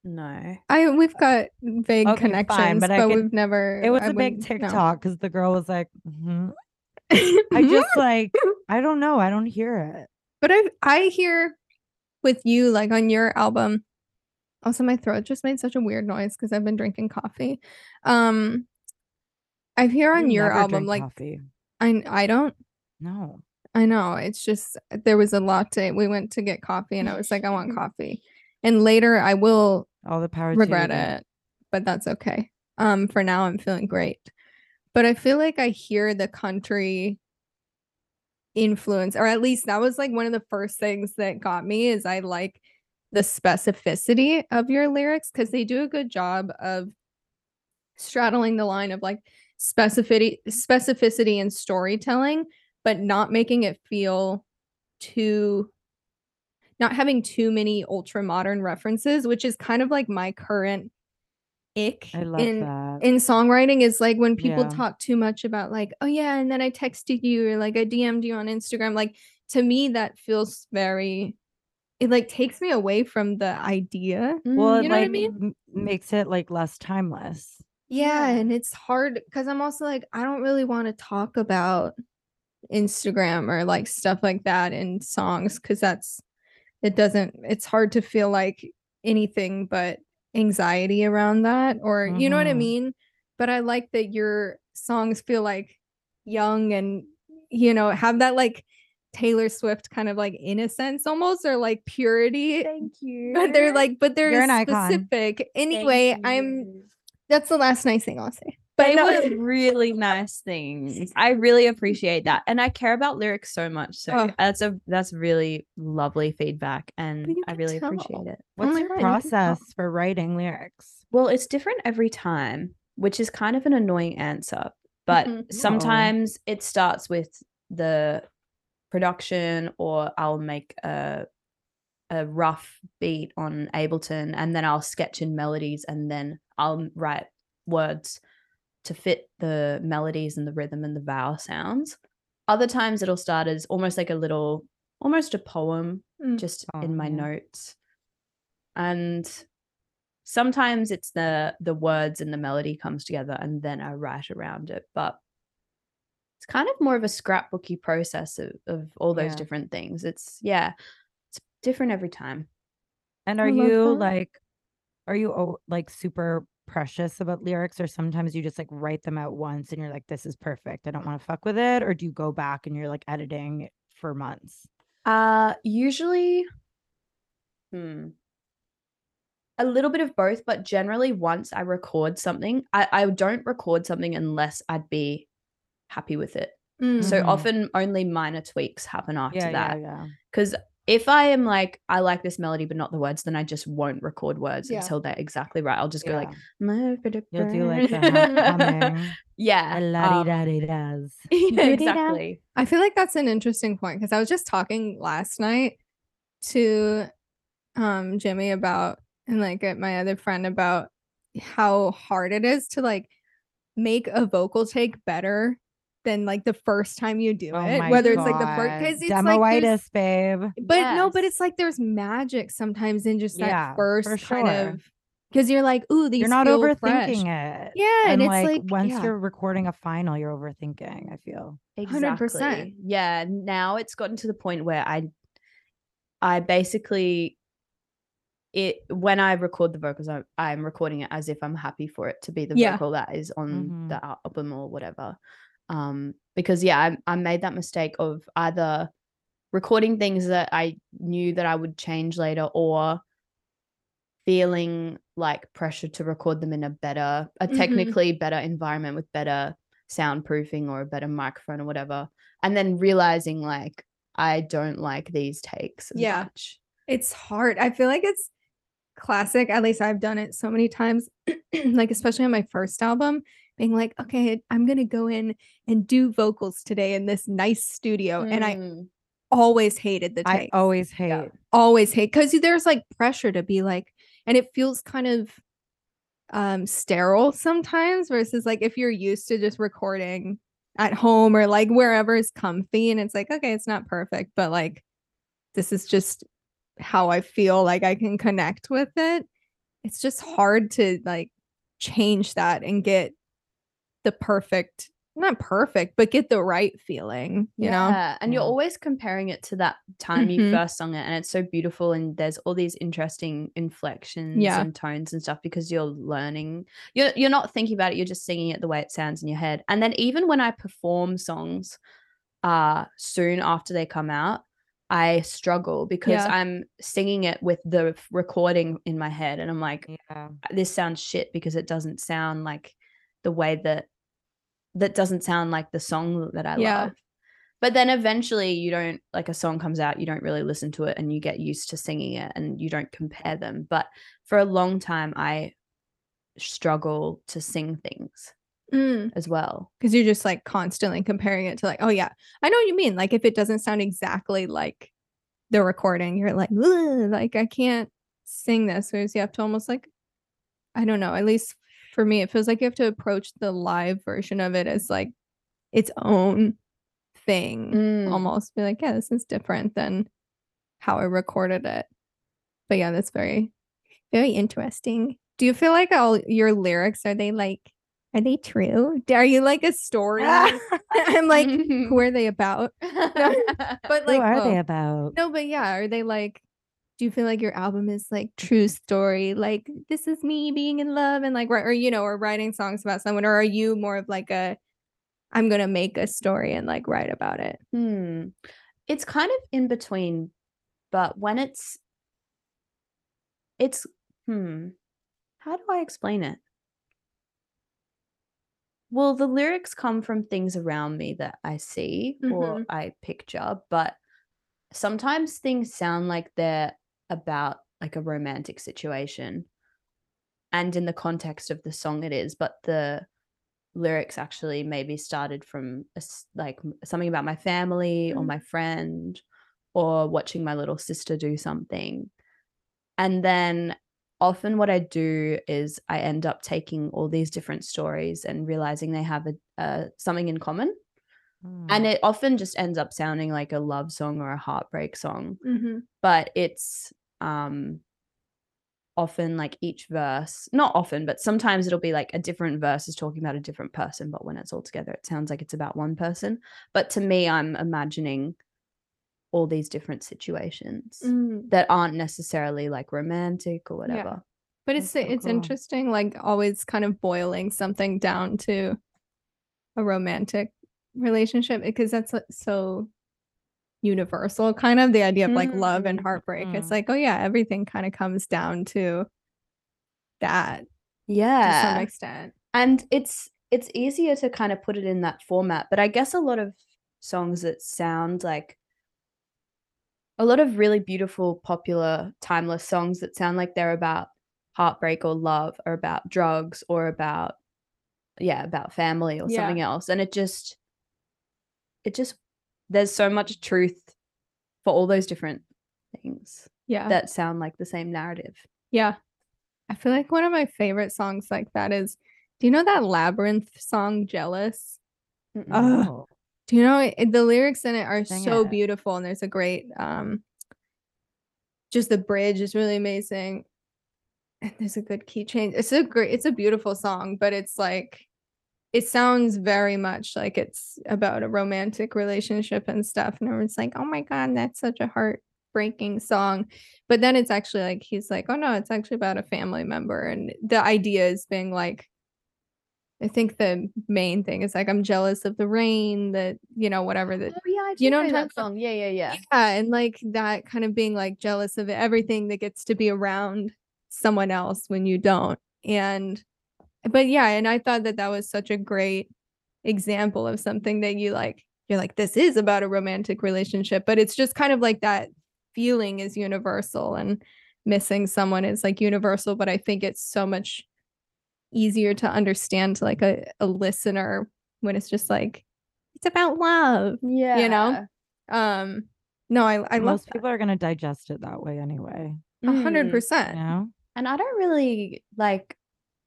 C: no
A: I we've got vague
B: Okay, fine,
A: connections, but,
B: but I could-
A: we've never.
B: It was
A: a
B: a big TikTok because the girl was like, "Mhm." I
A: Mm-hmm.
B: just like, I don't know. I don't hear it.
A: But I I hear with you like on your album, Also, my throat just made such a weird noise because I've been drinking coffee. Um, I hear on
B: You
A: your
B: never
A: album
B: drink
A: like
B: coffee.
A: I I don't
B: no.
A: I know. It's just there was a latte. We went to get coffee and I was like, I want coffee. And later I will
B: All the power. to you,
A: regret
B: dude.
A: it, but that's okay. Um, for now I'm feeling great. But I feel like I hear the country influence, or at least that was like one of the first things that got me is I like the specificity of your lyrics because they do a good job of straddling the line of like specificity specificity and storytelling but not making it feel too not having too many ultra modern references which is kind of like my current ick
B: I love
A: in
B: that.
A: in songwriting is like when people
B: Yeah.
A: talk too much about like oh yeah and then i texted you or like i dm'd you on instagram like to me that feels very it like takes me away from the idea
B: well,
C: Mm,
B: it
A: you know what I
B: like
A: mean?
B: m- makes it like less timeless.
A: yeah,
C: Yeah.
A: and it's hard because i'm also like i don't really want to talk about instagram or like stuff like that in songs because that's it doesn't it's hard to feel like anything but anxiety around that or you know what i
B: Mhm.
A: mean but i like that your songs feel like young and you know have that like taylor swift kind of like innocence almost or like purity
C: thank you.
A: but they're like but they're
B: You're an icon.
A: specific
C: Thank
A: anyway i'm
C: you.
A: that's the last nice thing I'll say.
C: They
A: But no,
C: were really nice things. I really appreciate that, and I care about lyrics so much. So
A: Oh.
C: that's a that's really lovely feedback, and
A: you
C: I
A: can
C: really
A: tell. Oh
C: appreciate it.
B: What's
A: my
B: your
A: God, you can tell.
B: process for writing lyrics?
C: Well, it's different every time, which is kind of an annoying answer, but
A: Mhm.
C: sometimes it starts with the production, or I'll make a a rough beat on Ableton, and then I'll sketch in melodies, and then I'll write words to fit the melodies and the rhythm and the vowel sounds. Other times it'll start as almost like a little, almost a poem,
A: Mm.
C: just in
B: Poem,
C: my
B: yeah.
C: notes. And sometimes it's the the words and the melody comes together, and then I write around it. But it's kind of more of a scrapbooky process of, of all those
B: Yeah.
C: different things. It's yeah, it's different every time.
B: And
A: I
B: are
A: love
B: you
A: that.
B: like, are you o- like super precious about lyrics, or sometimes you just like write them out once and you're like, this is perfect. I don't want to fuck with it, or do you go back and you're like editing it for months?
C: Uh usually hmm a little bit of both, but generally once I record something, I, I don't record something unless I'd be happy with it.
A: Mm.
C: So
B: Mhm.
C: often only minor tweaks happen after
B: yeah,
C: that.
B: yeah, yeah.
C: Because if I am like, I like this melody, but not the words, then I just won't record words
A: Yeah.
C: until they're exactly right. I'll just go like,
B: Yeah.
C: you'll
B: you'll do like the hum- humming,
C: yeah.
B: the
C: um,
B: la-di-da-di-das.
C: yeah,
B: Do-di-da.
C: exactly.
A: I feel like that's an interesting point because I was just talking last night to um Jimmy about and like at my other friend about how hard it is to like make a vocal take better than like the first time you do
B: Oh
A: it,
B: my
A: whether it's like the first
B: God.
A: because it's like there's-
B: Demoitis, babe.
A: but no, but
C: Yes.
A: it's like there's magic sometimes in just that
B: Yeah, for
A: first kind
B: sure.
A: of because you're like, ooh, these
B: You're not
A: feel
B: overthinking
A: fresh.
B: it.
A: Yeah, and,
B: and,
A: it's
B: like,
A: like,
B: once
A: yeah.
B: you're recording a final, you're overthinking. I feel.
C: Exactly.
A: 100%.
C: Yeah. Now it's gotten to the point where I I basically it when I record the vocals, I'm, I'm recording it as if I'm happy for it to be the
A: Yeah.
C: vocal that is on
B: Mhm.
C: the album or whatever. Um, because yeah, I, I made that mistake of either recording things that I knew that I would change later or feeling like pressure to record them in a better, a
A: Mhm.
C: technically better environment with better soundproofing or a better microphone or whatever. And then realizing like I don't like these takes as
A: Yeah.
C: much.
A: It's hard. I feel like it's classic. At least I've done it so many times, like especially on my first album, being like, okay, I'm gonna go in and do vocals today in this nice studio. And I
C: Mm.
A: always hated the
B: I
A: take.
B: always hate.
A: always hate because there's like pressure to be like, and it feels kind of um sterile sometimes versus like if you're used to just recording at home or like wherever is comfy and it's like okay it's not perfect but like this is just how i feel like i can connect with it it's just hard to like change that and get the perfect not perfect, but get the right feeling, you know?
C: Yeah, and you're
B: Yeah.
C: always comparing it to that time you
A: Mhm.
C: first sung it, and it's so beautiful, and there's all these interesting inflections
A: Yeah.
C: and tones and stuff because you're learning. You're you're not thinking about it; you're just singing it the way it sounds in your head. And then even when I perform songs, uh, soon after they come out, I struggle because
A: Yeah.
C: I'm singing it with the f- recording in my head, and I'm like,
B: Yeah.
C: this sounds shit because it doesn't sound like the way that that doesn't sound like the song that I
A: Yeah.
C: love. But then eventually you don't like a song comes out, you don't really listen to it and you get used to singing it and you don't compare them. But for a long time I struggle to sing things
A: Mm.
C: as well.
A: Cause you're just like constantly comparing it to like, oh yeah, I know what you mean. Like if it doesn't sound exactly like the recording, you're like, "Ugh, like I can't sing this. Whereas you have to almost like, I don't know, at least for me, it feels like you have to approach the live version of it as like its own thing.
B: Mm.
C: Um,
A: almost be like, yeah, this is different than how I recorded it. But yeah, that's very, very interesting. Do you feel like all your lyrics are they like, are they true? D- Are you like a story? I'm like, who are they about? But
B: Mm-hmm. Who
A: like,
B: are
A: whoa.
B: they about?
A: No, but yeah, are they like? Do you feel like your album is like true story? Like this is me being in love and like, ri- or you know, or writing songs about someone, or are you more of like a, I'm gonna make a story and like write about it?
C: Hmm. It's kind of in between, but when it's it's hmm. How do I explain it? Well, the lyrics come from things around me that I see or
A: Mhm.
C: I picture, but sometimes things sound like they're about like a romantic situation. And in the context of the song it is, but the lyrics actually maybe started from a s like m- something about my family or
A: Mm.
C: my friend or watching my little sister do something. And then often what I do is I end up taking all these different stories and realizing they have a, a something in common.
B: Hmm.
C: And
B: Mm-hmm.
C: it often just ends up sounding like a love song or a heartbreak song
A: Mm-hmm.
C: but it's um often like each verse not often but sometimes it'll be like a different verse is talking about a different person but when it's all together it sounds like it's about one person but to me i'm imagining all these different situations
A: Mm,
C: that aren't necessarily like romantic or
A: Yeah.
C: whatever
A: but
B: That's
A: it's
B: so
A: it's
B: cool.
A: interesting, like always kind of boiling something down to a romantic relationship because that's like, so universal, kind of the idea of like love and
C: Mm,
A: heartbreak. It's
B: mhm.
A: like, oh yeah, everything kind of comes down to that to some
C: yeah
A: extent.
C: and it's it's easier to kind of put it in that format but i guess a lot of songs that sound like a lot of really beautiful popular timeless songs that sound like they're about heartbreak or love or about drugs or about yeah about family or
A: Yeah.
C: something else and it just it just there's so much truth for all those different things
A: Yeah.
C: that sound like the same narrative
A: Yeah. I feel like one of my favorite songs like that is do you know that labyrinth song Jealous?
C: Mm-mm.
A: Ugh.
B: Oh,
A: Do you know it- the lyrics in it are
B: Sing
A: so
B: it.
A: beautiful and there's a great um just the bridge is really amazing. And there's a good key change. It's a great it's a beautiful song, but it's like it sounds very much like it's about a romantic relationship and stuff. And everyone's like, oh my God, that's such a heartbreaking song. But then it's actually like he's like, oh no, it's actually about a family member. And the idea is being like I think the main thing is like I'm jealous of the rain, that you know, whatever that
C: oh yeah I
A: you
C: do
A: know what I'm
C: that
A: talking
C: song yeah yeah yeah
A: yeah, and like that kind of being like jealous of everything that gets to be around someone else when you don't. And but yeah, and I thought that that was such a great example of something that you like you're like this is about a romantic relationship, but it's just kind of like that feeling is universal and missing someone is like universal, but I think it's so much easier to understand to like a, a listener when it's just like it's about love
C: yeah
A: you know um no i i love
B: most people are gonna digest it that way anyway.
A: a hundred
C: Mm.
B: You
A: percent
B: know?
C: And I don't really like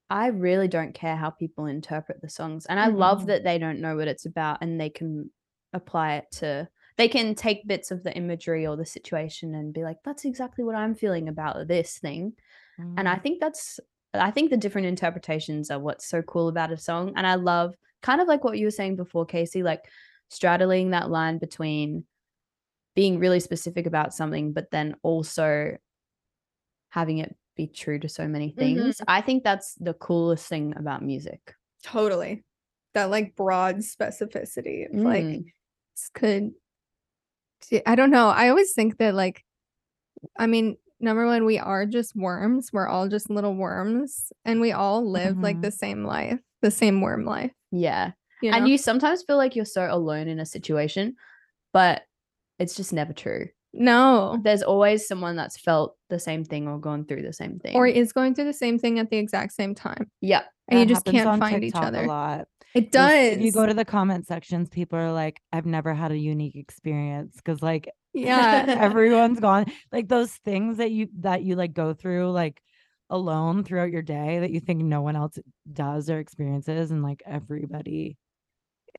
C: I really don't care how people interpret the songs. And I
B: Mhm.
C: love that they don't know what it's about and they can apply it to they can take bits of the imagery or the situation and be like that's exactly what I'm feeling about this thing. And I
B: Mm.
C: think that's I think the different interpretations are what's so cool about a song and I love kind of like what you were saying before, Casey, like straddling that line between being really specific about something, but then also having it be true to so many
A: Mm-hmm.
C: things. I think that's the coolest thing about music.
A: Totally. That like broad specificity of like
C: Mm.
A: this could Gee, I don't know. I always think that like I mean, number one, we are just worms. We're all just little worms and we all live like
B: Mhm.
A: the same life, the same worm life.
C: yeah.
A: You
C: And
A: know?
C: you sometimes feel like you're so alone in a situation, but it's just never true.
A: no.
C: There's always someone that's felt the same thing or gone through the same thing.
A: Or is going through the same thing at the exact same time.
C: yeah.
A: And you
B: That
A: just
B: happens
A: can't
B: on
A: find
B: TikTok
A: each
B: A
A: other.
B: lot.
A: It
B: You'll see-
A: does.
B: If you go to the comment sections, people are like, I've never had a unique experience because like
A: yeah.
B: everyone's gone. Like those things that you that you like go through like alone throughout your day that you think no one else does or experiences and like everybody.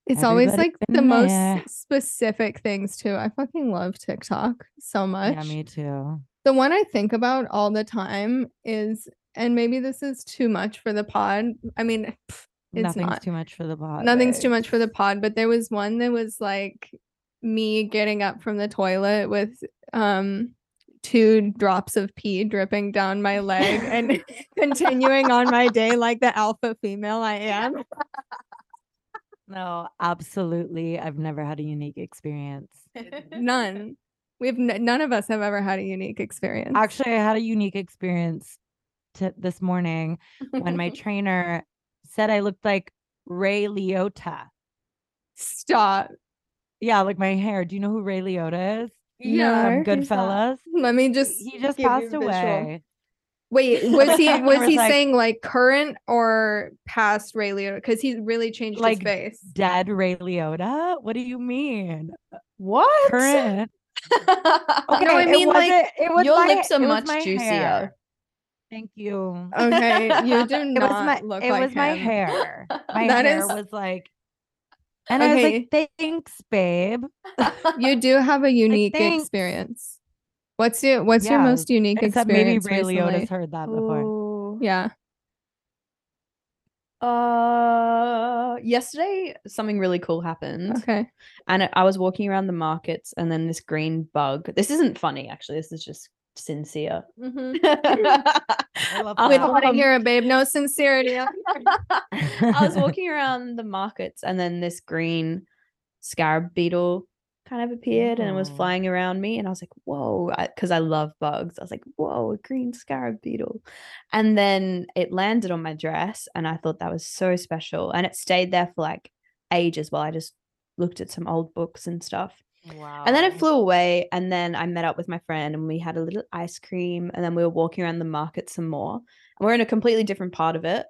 A: It's always
B: Everybody's
A: like
B: been
A: the
B: there.
A: most specific things too. I fucking love TikTok so much.
B: Yeah, me too.
A: The one I think about all the time is, and maybe this is too much for the pod. I mean, pff, It's
B: Nothing's
A: not-
B: too much for the body.
A: nothing's too much for the pod, but there was one that was like me getting up from the toilet with um two drops of pee dripping down my leg and continuing on my day like the alpha female I am.
B: No, absolutely. I've never had a unique experience.
A: None. We've n- none of us have ever had a unique experience.
B: Actually, I had a unique experience to this morning when my trainer said I looked like Ray Liotta.
A: Stop.
B: Yeah, like my hair. Do you know who Ray Liotta is?
A: No.
B: From Goodfellas.
A: Let me just
B: He just
A: give you a
B: passed
A: visual.
B: away.
A: Wait, was he
B: I
A: was
B: was
A: he
B: like-
A: saying like current or past Ray Liotta? Because he really changed
B: Like,
A: his face.
B: Dead Ray Liotta? What do you mean?
C: what?
B: Current.
C: Okay, no, I
B: it
C: mean like
B: wasn't- it was
C: your
B: my-
C: lips are
B: it was
C: much
B: my
C: juicier.
B: hair. Thank you.
A: Okay, you do
B: it
A: not
B: was my
A: look
B: it
A: like
B: was my
A: him.
B: hair. My
A: That
B: hair
A: is-
B: was like and I was like, thanks, babe.
A: You do have a unique
B: thanks.
A: experience. What's your what's your
B: Yeah,
A: most unique
B: Except maybe
A: experience
B: Ray
A: recently?
B: Liotta's heard that before.
A: Yeah.
C: Uh, yesterday something really cool happened,
A: Okay.
C: and I- I was walking around the markets, and then this green bug. This isn't funny, actually. This is just sincere.
B: love
A: With
B: Um,
A: what I
C: Um,
A: hear, babe, no sincerity. out here.
C: I was walking around the markets, and then this green scarab beetle kind of appeared and it was
B: Ooh.
C: flying around me. And I was like, whoa, because I, love bugs. I was like, whoa, a green scarab beetle. And then it landed on my dress, and I thought that was so special. And it stayed there for like ages while I just looked at some old books and stuff.
B: Wow.
C: And then it flew away. And then I met up with my friend and we had a little ice cream. And then we were walking around the market some more. And we're in a completely different part of it.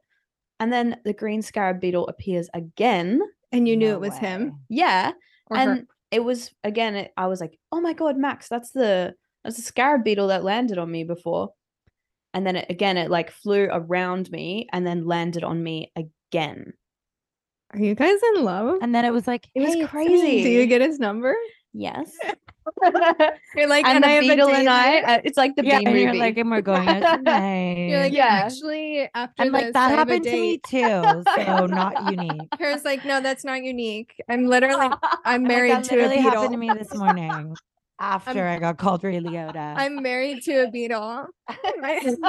C: And then the green scarab beetle appears again.
A: And you knew
B: No
A: it was him.
C: Yeah.
B: Uh-huh.
A: Or her.
C: and it was again, it, I was like, oh my God, Max, that's the that's the scarab beetle that landed on me before. And then it, again, it like flew around me and then landed on me again.
A: Are you guys in love?
B: And then it was like,
C: It was
B: "Hey, it's me."
A: Do you
C: crazy.
A: get his number?
C: Yes.
A: You're like,
C: and,
A: and,
C: the
A: I have
C: beetle
A: a date
C: and I,
A: later?"
C: uh, it's like the
B: yeah,
C: bean
B: and
C: movie.
B: you're like, and we're going out tonight.
A: You're like,
C: Yeah.
A: actually, after
B: I'm
A: this,
B: like, that
A: I have a
B: happened to me
A: date.
B: too. So not unique.
A: Hers like, no, that's not unique. I'm literally, I'm
B: I'm like,
A: married
B: that
A: to a
B: literally
A: beetle.
B: happened to me this morning after i got called Ray Liotta.
A: I'm married to a beetle. My-
B: Does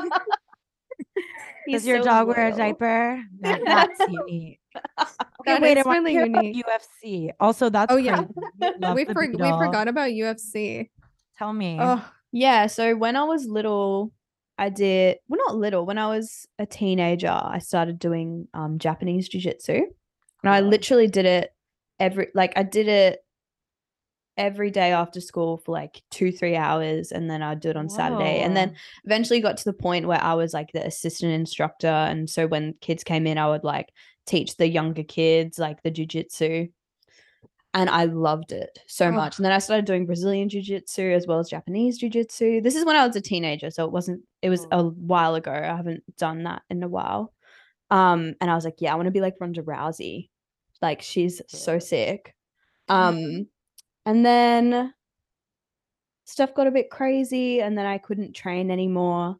C: He's
B: your
C: so
B: dog wear a
C: loyal.
B: diaper? No, that's unique. Okay,
A: That
B: wait, I
A: is
B: wanna
A: really
B: hear about
A: unique.
B: UFC. Also, that's
A: Oh, yeah.
B: crazy. You love
A: we,
B: the
A: for- we
B: Beatles.
A: forgot about UFC.
B: Tell me.
A: Oh,
C: Yeah, so when I was little, I did well not little, when I was a teenager, I started doing um Japanese jiu-jitsu. And I
B: Cool.
C: literally did it every like I did it every day after school for like 2-3 hours and then I'd do it on Saturday. And then
B: Whoa.
C: eventually got to the point where I was like the assistant instructor and so when kids came in, I would like teach the younger kids like the jujitsu. And I loved it so
A: Oh.
C: much. And then I started doing Brazilian Jiu Jitsu as well as Japanese Jiu Jitsu. This is when I was a teenager. So it wasn't, it was a while ago. I haven't done that in a while. Um, and I was like, yeah, I want to be like Ronda Rousey. Like she's so
B: Yeah.
C: sick. Um, and then stuff got a bit crazy, and then I couldn't train anymore.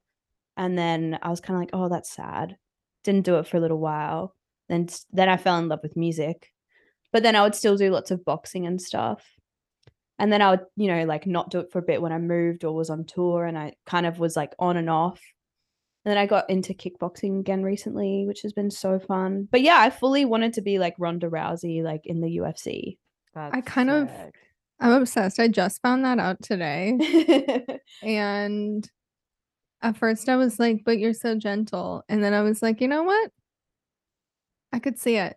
C: And then I was kind of like, oh, that's sad. Didn't do it for a little while. Then s- then I fell in love with music. But then I would still do lots of boxing and stuff. And then I would, you know, like not do it for a bit when I moved or was on tour and I kind of was like on and off. And then I got into kickboxing again recently, which has been so fun. But yeah, I fully wanted to be like Ronda Rousey, like in the UFC.
A: I kind of- I'm obsessed. I just found that out today. And at first I was like, but you're so gentle. And then I was like, you know what? I could see it.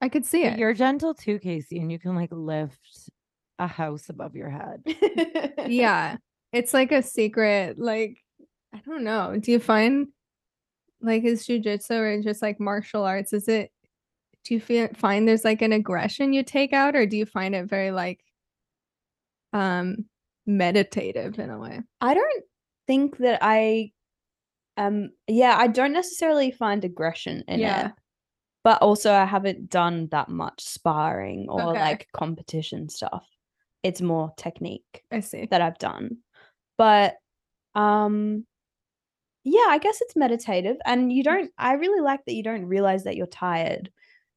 A: I could see
B: But
A: it.
B: You're gentle too, Casey, and you can like lift a house above your head.
A: yeah. It's like a secret, like I don't know. Do you find like is jujitsu or just like martial arts? Is it do you feel find there's like an aggression you take out, or do you find it very like um meditative in a way?
C: I don't think that I um yeah, I don't necessarily find aggression in
A: Yeah.
C: it. But also I haven't done that much sparring or
A: Okay.
C: like competition stuff. It's more technique
A: I see.
C: that I've done. But um yeah, I guess it's meditative and you don't I really like that you don't realize that you're tired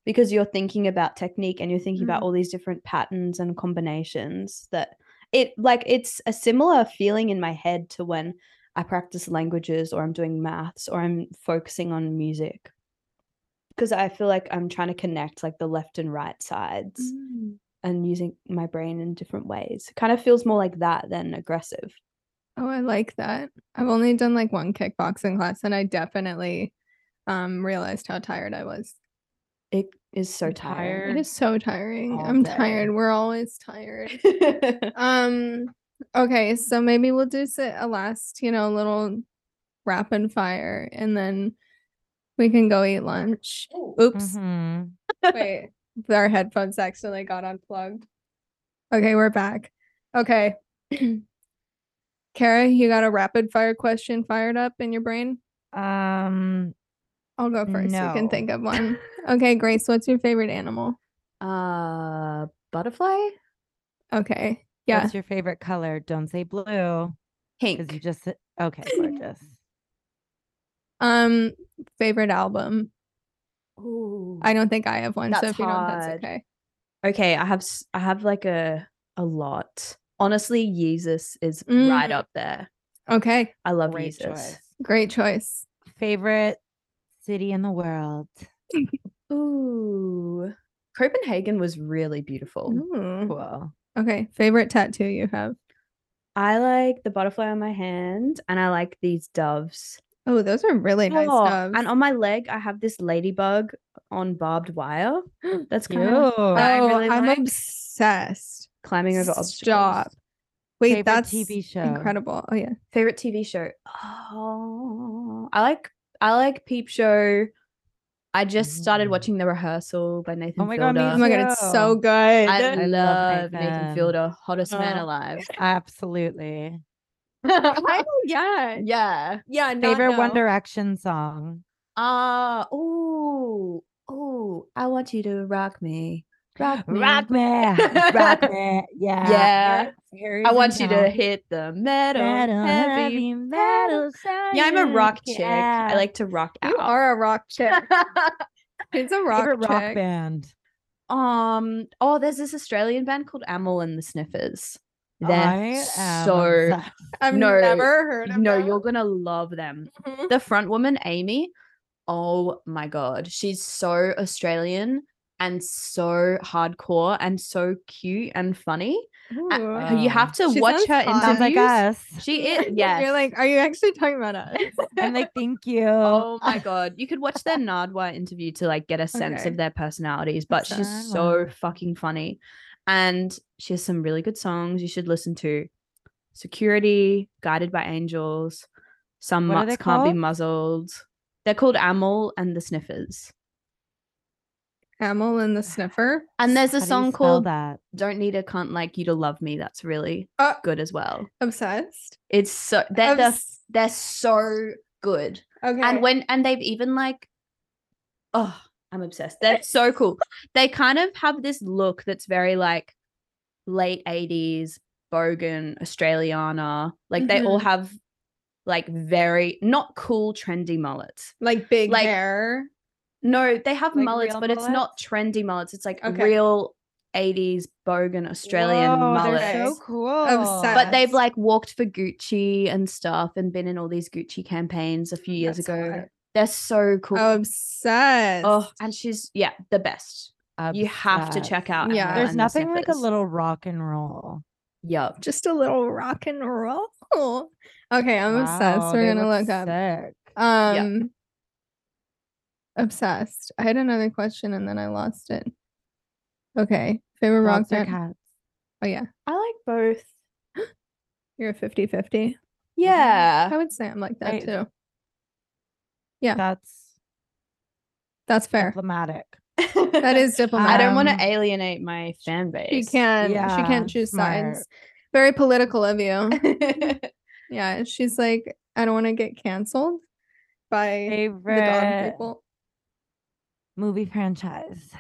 C: because you're thinking about technique and you're thinking about
A: Mm.
C: all these different patterns and combinations that it like it's a similar feeling in my head to when I practice languages or I'm doing maths or I'm focusing on music. Because I feel like I'm trying to connect like the left and right sides
A: Mm.
C: and using my brain in different ways. It kind of feels more like that than aggressive.
A: Oh, I like that. I've only done like one kickboxing class and I definitely um realized how tired I was.
C: It is so
B: I'm
C: tired.
A: It
B: Sure.
A: is so tiring.
B: All
A: I'm
B: day.
A: tired. We're always tired. Um. Okay, so maybe we'll do s- a last, you know, little rapid fire, and then we can go eat lunch. Oops,
B: Mhm.
C: Mm-hmm.
A: wait, our headphones accidentally got unplugged. Okay, we're back. Okay, Kara, you got a rapid fire question fired up in your brain?
B: Um,
A: I'll go first. You can
B: No.
A: think of one. Okay, Grace, what's your favorite animal?
C: uh, butterfly?
A: Okay, yeah,
B: What's your favorite color? Don't say blue because you
C: Pink.
B: just said- okay. Gorgeous.
A: um, favorite album.
C: Ooh.
A: I don't think I have one, so
C: That's
A: if you don't, that's
C: hard.
A: okay.
C: okay, I have s- I have like a a lot. Honestly, Jesus is right
A: Mm.
C: up there.
A: Okay,
C: I love
B: Great
C: Jesus.
B: choice.
A: great choice.
B: Favorite city in the world?
C: Ooh. Mm. Copenhagen was really beautiful.
A: Ooh.
B: Cool.
A: Okay, favorite tattoo you have?
C: I like the butterfly on my hand and I like these doves.
A: Oh, those are really nice
C: Oh,
A: doves.
C: And on my leg, I have this ladybug on barbed wire. That's
B: Cute.
C: kind of
B: Uh,
A: oh,
C: I really
A: I'm
C: like-
A: obsessed.
C: climbing over obstacles.
A: Stop. Wait,
B: favorite
A: that's
B: TV show.
A: incredible. Oh yeah.
C: Favorite TV show? Oh, I like I like Peep Show. I just started
B: Mm.
C: watching The Rehearsal by Nathan
B: Oh my
C: Fielder.
B: God, me
A: Oh my god, it's so good.
C: I,
B: I
C: love
B: love
C: Nathan.
B: Nathan.
C: Fielder, hottest man
A: Oh.
C: alive.
B: Absolutely.
A: Oh, yeah.
C: yeah.
A: Yeah. not
B: Favorite One
A: no.
B: Direction song.
C: Ah, ooh, ooh. I want you to rock me, rock me,
B: Rock me. Rock me. Yeah.
C: Yeah.
B: Harry- Harry's
C: I want you to
B: account.
C: hit the metal,
B: metal,
C: heavy,
B: heavy metal.
C: Yeah, I'm a
B: sound.
C: rock chick.
B: Yeah.
C: I like to rock out.
A: You are a rock chick. It's a rock
B: Favorite
A: chick.
B: rock band.
C: um. Oh, there's this Australian band called Amel and the Sniffers. They're
B: I
C: so
B: am
A: I've
C: No,
A: never heard of
C: no,
A: them.
C: you're gonna love them.
A: Mhm.
C: The front woman, Amy. Oh my god, she's so Australian and so hardcore and so cute and funny. Uh,
A: Ooh.
B: uh,
C: you have to
A: She
C: watch
A: sounds
C: her
A: hot.
B: sounds
C: interviews.
B: like us.
C: She is. Yeah,
A: You're like, are you actually talking about us?
B: I'm like, thank you.
C: Oh my god, you could watch their Nardwa interview to like get a sense
A: Okay.
C: of their personalities, but she's so
B: Nardwuar.
C: fucking funny, and she has some really good songs you should listen to. Security, Guided by Angels, Some
B: What are
C: Mutts
B: they
C: Can't
B: called?
C: Be Muzzled. They're called Amel and the Sniffers,
A: Amel and the Sniffer.
C: and there's
B: How
C: a
B: do you
C: song
B: spell
C: called
B: that.
C: "Don't Need a Cunt Like You to Love Me." That's really
A: Uh,
C: good as well.
A: obsessed.
C: It's so they're they're,
A: Obs-
C: they're so good.
A: okay.
C: and when and they've even like oh i'm obsessed they're so cool they kind of have this look that's very like late 80s bogan australiana like they all have like very not cool trendy mullets
A: like big
C: like-
A: hair.
C: No, they have
B: Like
C: mullets,
B: real
C: but it's not trendy mullets. It's like
D: Okay.
C: real 80s bogan Australian mullets.
B: They're so
A: mullets.
B: cool.
A: Obsessed.
C: But they've
A: Yes.
C: like walked for Gucci and stuff and been in all these Gucci campaigns a few years
D: That's
C: ago. Oh,
D: hot.
C: They're so cool. Oh,
A: Obsessed.
C: and she's yeah, the best. You have to
B: Obsessed.
C: check out.
A: Yeah.
C: Emma
B: There's
C: and the
B: nothing like a
C: Sniffers.
B: little rock and roll.
C: Yeah.
A: just a little rock and roll. Okay, I'm obsessed.
B: Wow,
A: We're
B: they
A: gonna
B: look
A: look up.
B: sick.
A: Um obsessed. I had another question and then I lost it. Okay. Favorite rock
B: Dogs or
A: band.
B: cats?
A: Oh yeah.
C: I like both.
A: You're a 50-50.
C: Yeah.
A: I would say I'm like that
B: Right.
A: too. Yeah.
B: That's
A: That's fair.
B: diplomatic.
C: Mm-hmm.
A: That is
C: I
A: diplomatic.
C: don't want
B: Um,
C: to alienate my fan base.
A: she can't she
B: Yeah,
A: can't choose
B: smart.
A: sides. Very political of you.
C: can't.
A: yeah. She's like, I don't want to get canceled by the dog
B: Favorite
A: people.
B: movie franchise.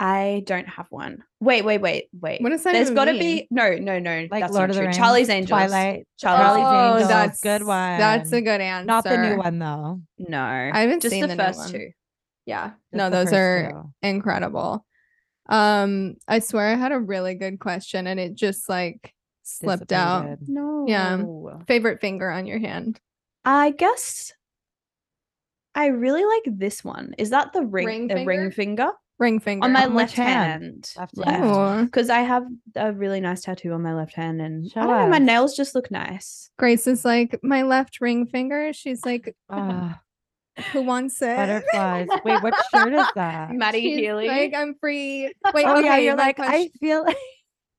C: I don't have one. Wait, wait, wait, wait.
A: What does that
C: There's
A: even
C: got to
A: mean?
C: be no, no, no.
B: Like
C: that's
B: Lord
C: not
B: of the
C: true.
B: Rings,
C: Charlie's Angels.
B: Twilight,
C: Charlie's
B: Charlie's
C: Angels.
B: Angels. Good one.
A: Oh, That's a good answer.
B: Not the new one though.
C: No, I
A: haven't
C: just
A: seen
C: the,
A: the new
C: first
A: one.
C: two.
A: Yeah.
B: Just
A: no,
B: the
A: those
B: first
A: are
B: two.
A: incredible. Um, I swear I had a really good question and it just like slipped out.
B: Disappointed.
C: No.
A: Favorite finger on your hand.
C: I guess I really like this one. Is that the ring,
A: Ring
C: the
A: finger?
C: ring finger
A: Ring finger.
C: on my
B: On which
C: left
B: hand?
C: hand?
B: Left
C: Left.
B: hand.
A: Oh,
C: Because I have a really nice tattoo on my left hand, and
B: Show
C: I don't know, my
B: us.
C: nails just look nice.
A: Grace is like, my left ring finger. She's like,
B: Ah,
A: who wants it?
B: butterflies. Wait, what shirt is that?
C: Maddie
A: She's
C: Healy.
A: Like, I'm free. Wait,
B: oh
A: okay.
B: yeah, you're
A: my
B: like I
A: question-
B: feel like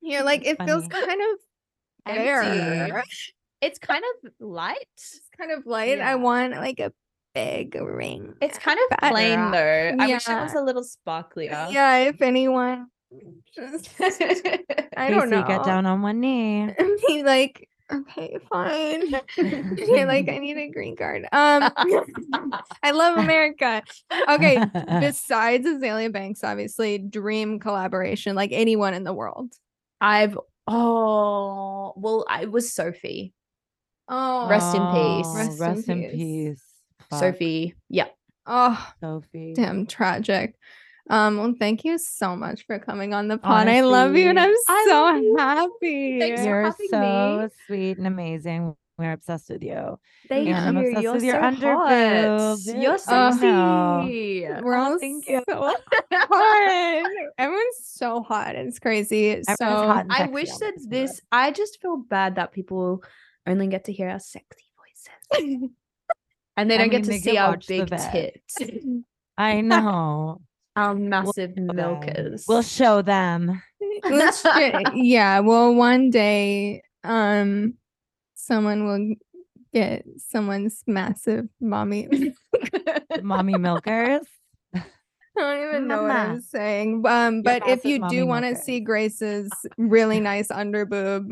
A: you're like, it feels
B: funny.
A: kind of bare.
C: Empty. it's kind of light.
A: It's kind of light. I
C: Yeah.
A: want like a big ring.
C: It's kind of
A: Back.
C: plain
B: Rock.
C: though. I wish it
A: Yeah.
C: was a little sparklier.
A: yeah, if anyone just I don't
B: Lisa,
A: know.
B: you get down on one knee.
A: and be like, okay, fine. Okay, like I need a green card. Um, I love America. Okay, besides Azalea Banks, obviously, dream collaboration, like anyone in the world.
C: I've oh well, I it was Sophie.
A: Oh,
C: Rest in peace.
B: Oh,
A: Rest in
B: Rest in
A: peace.
B: peace. Fuck,
C: Sophie. Yeah.
A: oh,
B: Sophie.
A: damn, tragic. Um, well, thank you so much for coming on the pod. I love you, and I'm
B: Honestly,
C: I love
A: so
C: you.
A: happy.
C: Thanks for
B: You're
C: having
B: so
C: me.
B: sweet and amazing. We're obsessed with you.
C: Thank
A: Yeah. I'm
C: you.
B: obsessed
C: You're
B: with
C: so
B: your
C: hot.
B: underboob.
C: You're
A: Oh,
B: no.
C: sexy.
A: We're all
B: thank
A: so
B: you.
A: hot. Everyone's so hot. It's crazy. It's so
B: Everyone's hot and
C: I
B: sexy
C: wish
B: on
C: that
B: this pod.
C: this. I just feel bad that people only get to hear our sexy voices, and they
B: I
C: don't
B: mean,
C: get
B: they
C: to
B: can
C: see our
B: watch the
C: big
B: vet.
C: tits,
B: I know.
C: our massive
B: show them.
C: milkers.
B: We'll show them.
A: Let's ju- yeah, well, one day, um, someone will get someone's massive mommy.
B: Mommy milkers.
A: I don't even know what I'm
B: Mama.
A: saying. Um, but if
B: massive
A: you
B: mommy
A: do want to
B: milkers.
A: see Grace's really nice underboob,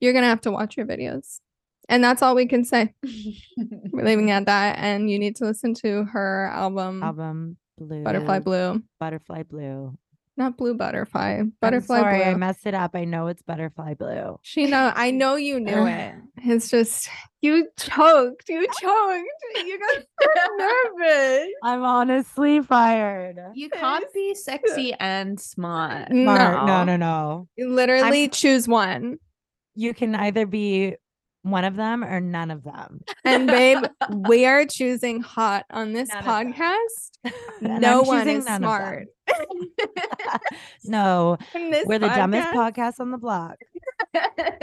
A: you're gonna have to watch your videos, and that's all we can say. We're leaving it at that, and you need to listen to her album,
B: Album blue.
A: Butterfly Blue,
B: Butterfly blue.
A: not Blue Butterfly,
B: I'm
A: Butterfly
B: sorry, I
A: Blue.
B: messed it up. I know it's butterfly blue.
A: She know I know you knew it. It's just you choked, you choked, you got so nervous.
B: I'm honestly fired.
C: you can't be sexy and smart.
A: No.
B: Smart. No, no, no.
A: You literally choose one.
B: You can either be one of them or none of them.
A: And babe, we are choosing hot on this
B: None of them.
A: podcast.
B: And
A: no
B: I'm
A: one
B: choosing
A: is
B: none of them.
A: smart.
B: No,
A: in this
B: we're the dumbest
A: podcast.
B: podcast on the block.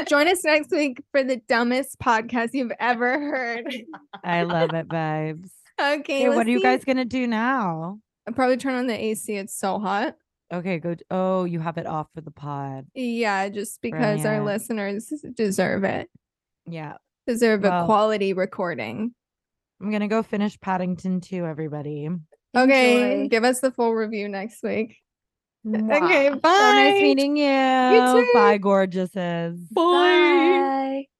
A: Join us next week for the dumbest podcast you've ever heard.
B: I love it, vibes.
A: Okay.
B: Hey,
A: we'll
B: what are you
A: see-
B: guys gonna do now?
A: I'll probably turn on the AC. It's so hot.
B: Okay, go. t- Oh, you have it off for the pod.
A: Yeah, just because our
B: Brilliant.
A: listeners deserve it.
B: Yeah,
A: Deserve a
B: Well-
A: quality recording.
B: I'm gonna go finish Paddington 2, everybody.
A: Okay,
C: Enjoy.
A: give us the full review next week.
C: Mwah.
A: Okay, bye.
B: So nice meeting you.
A: too.
B: Bye, gorgeouses.
A: Bye.
C: Bye.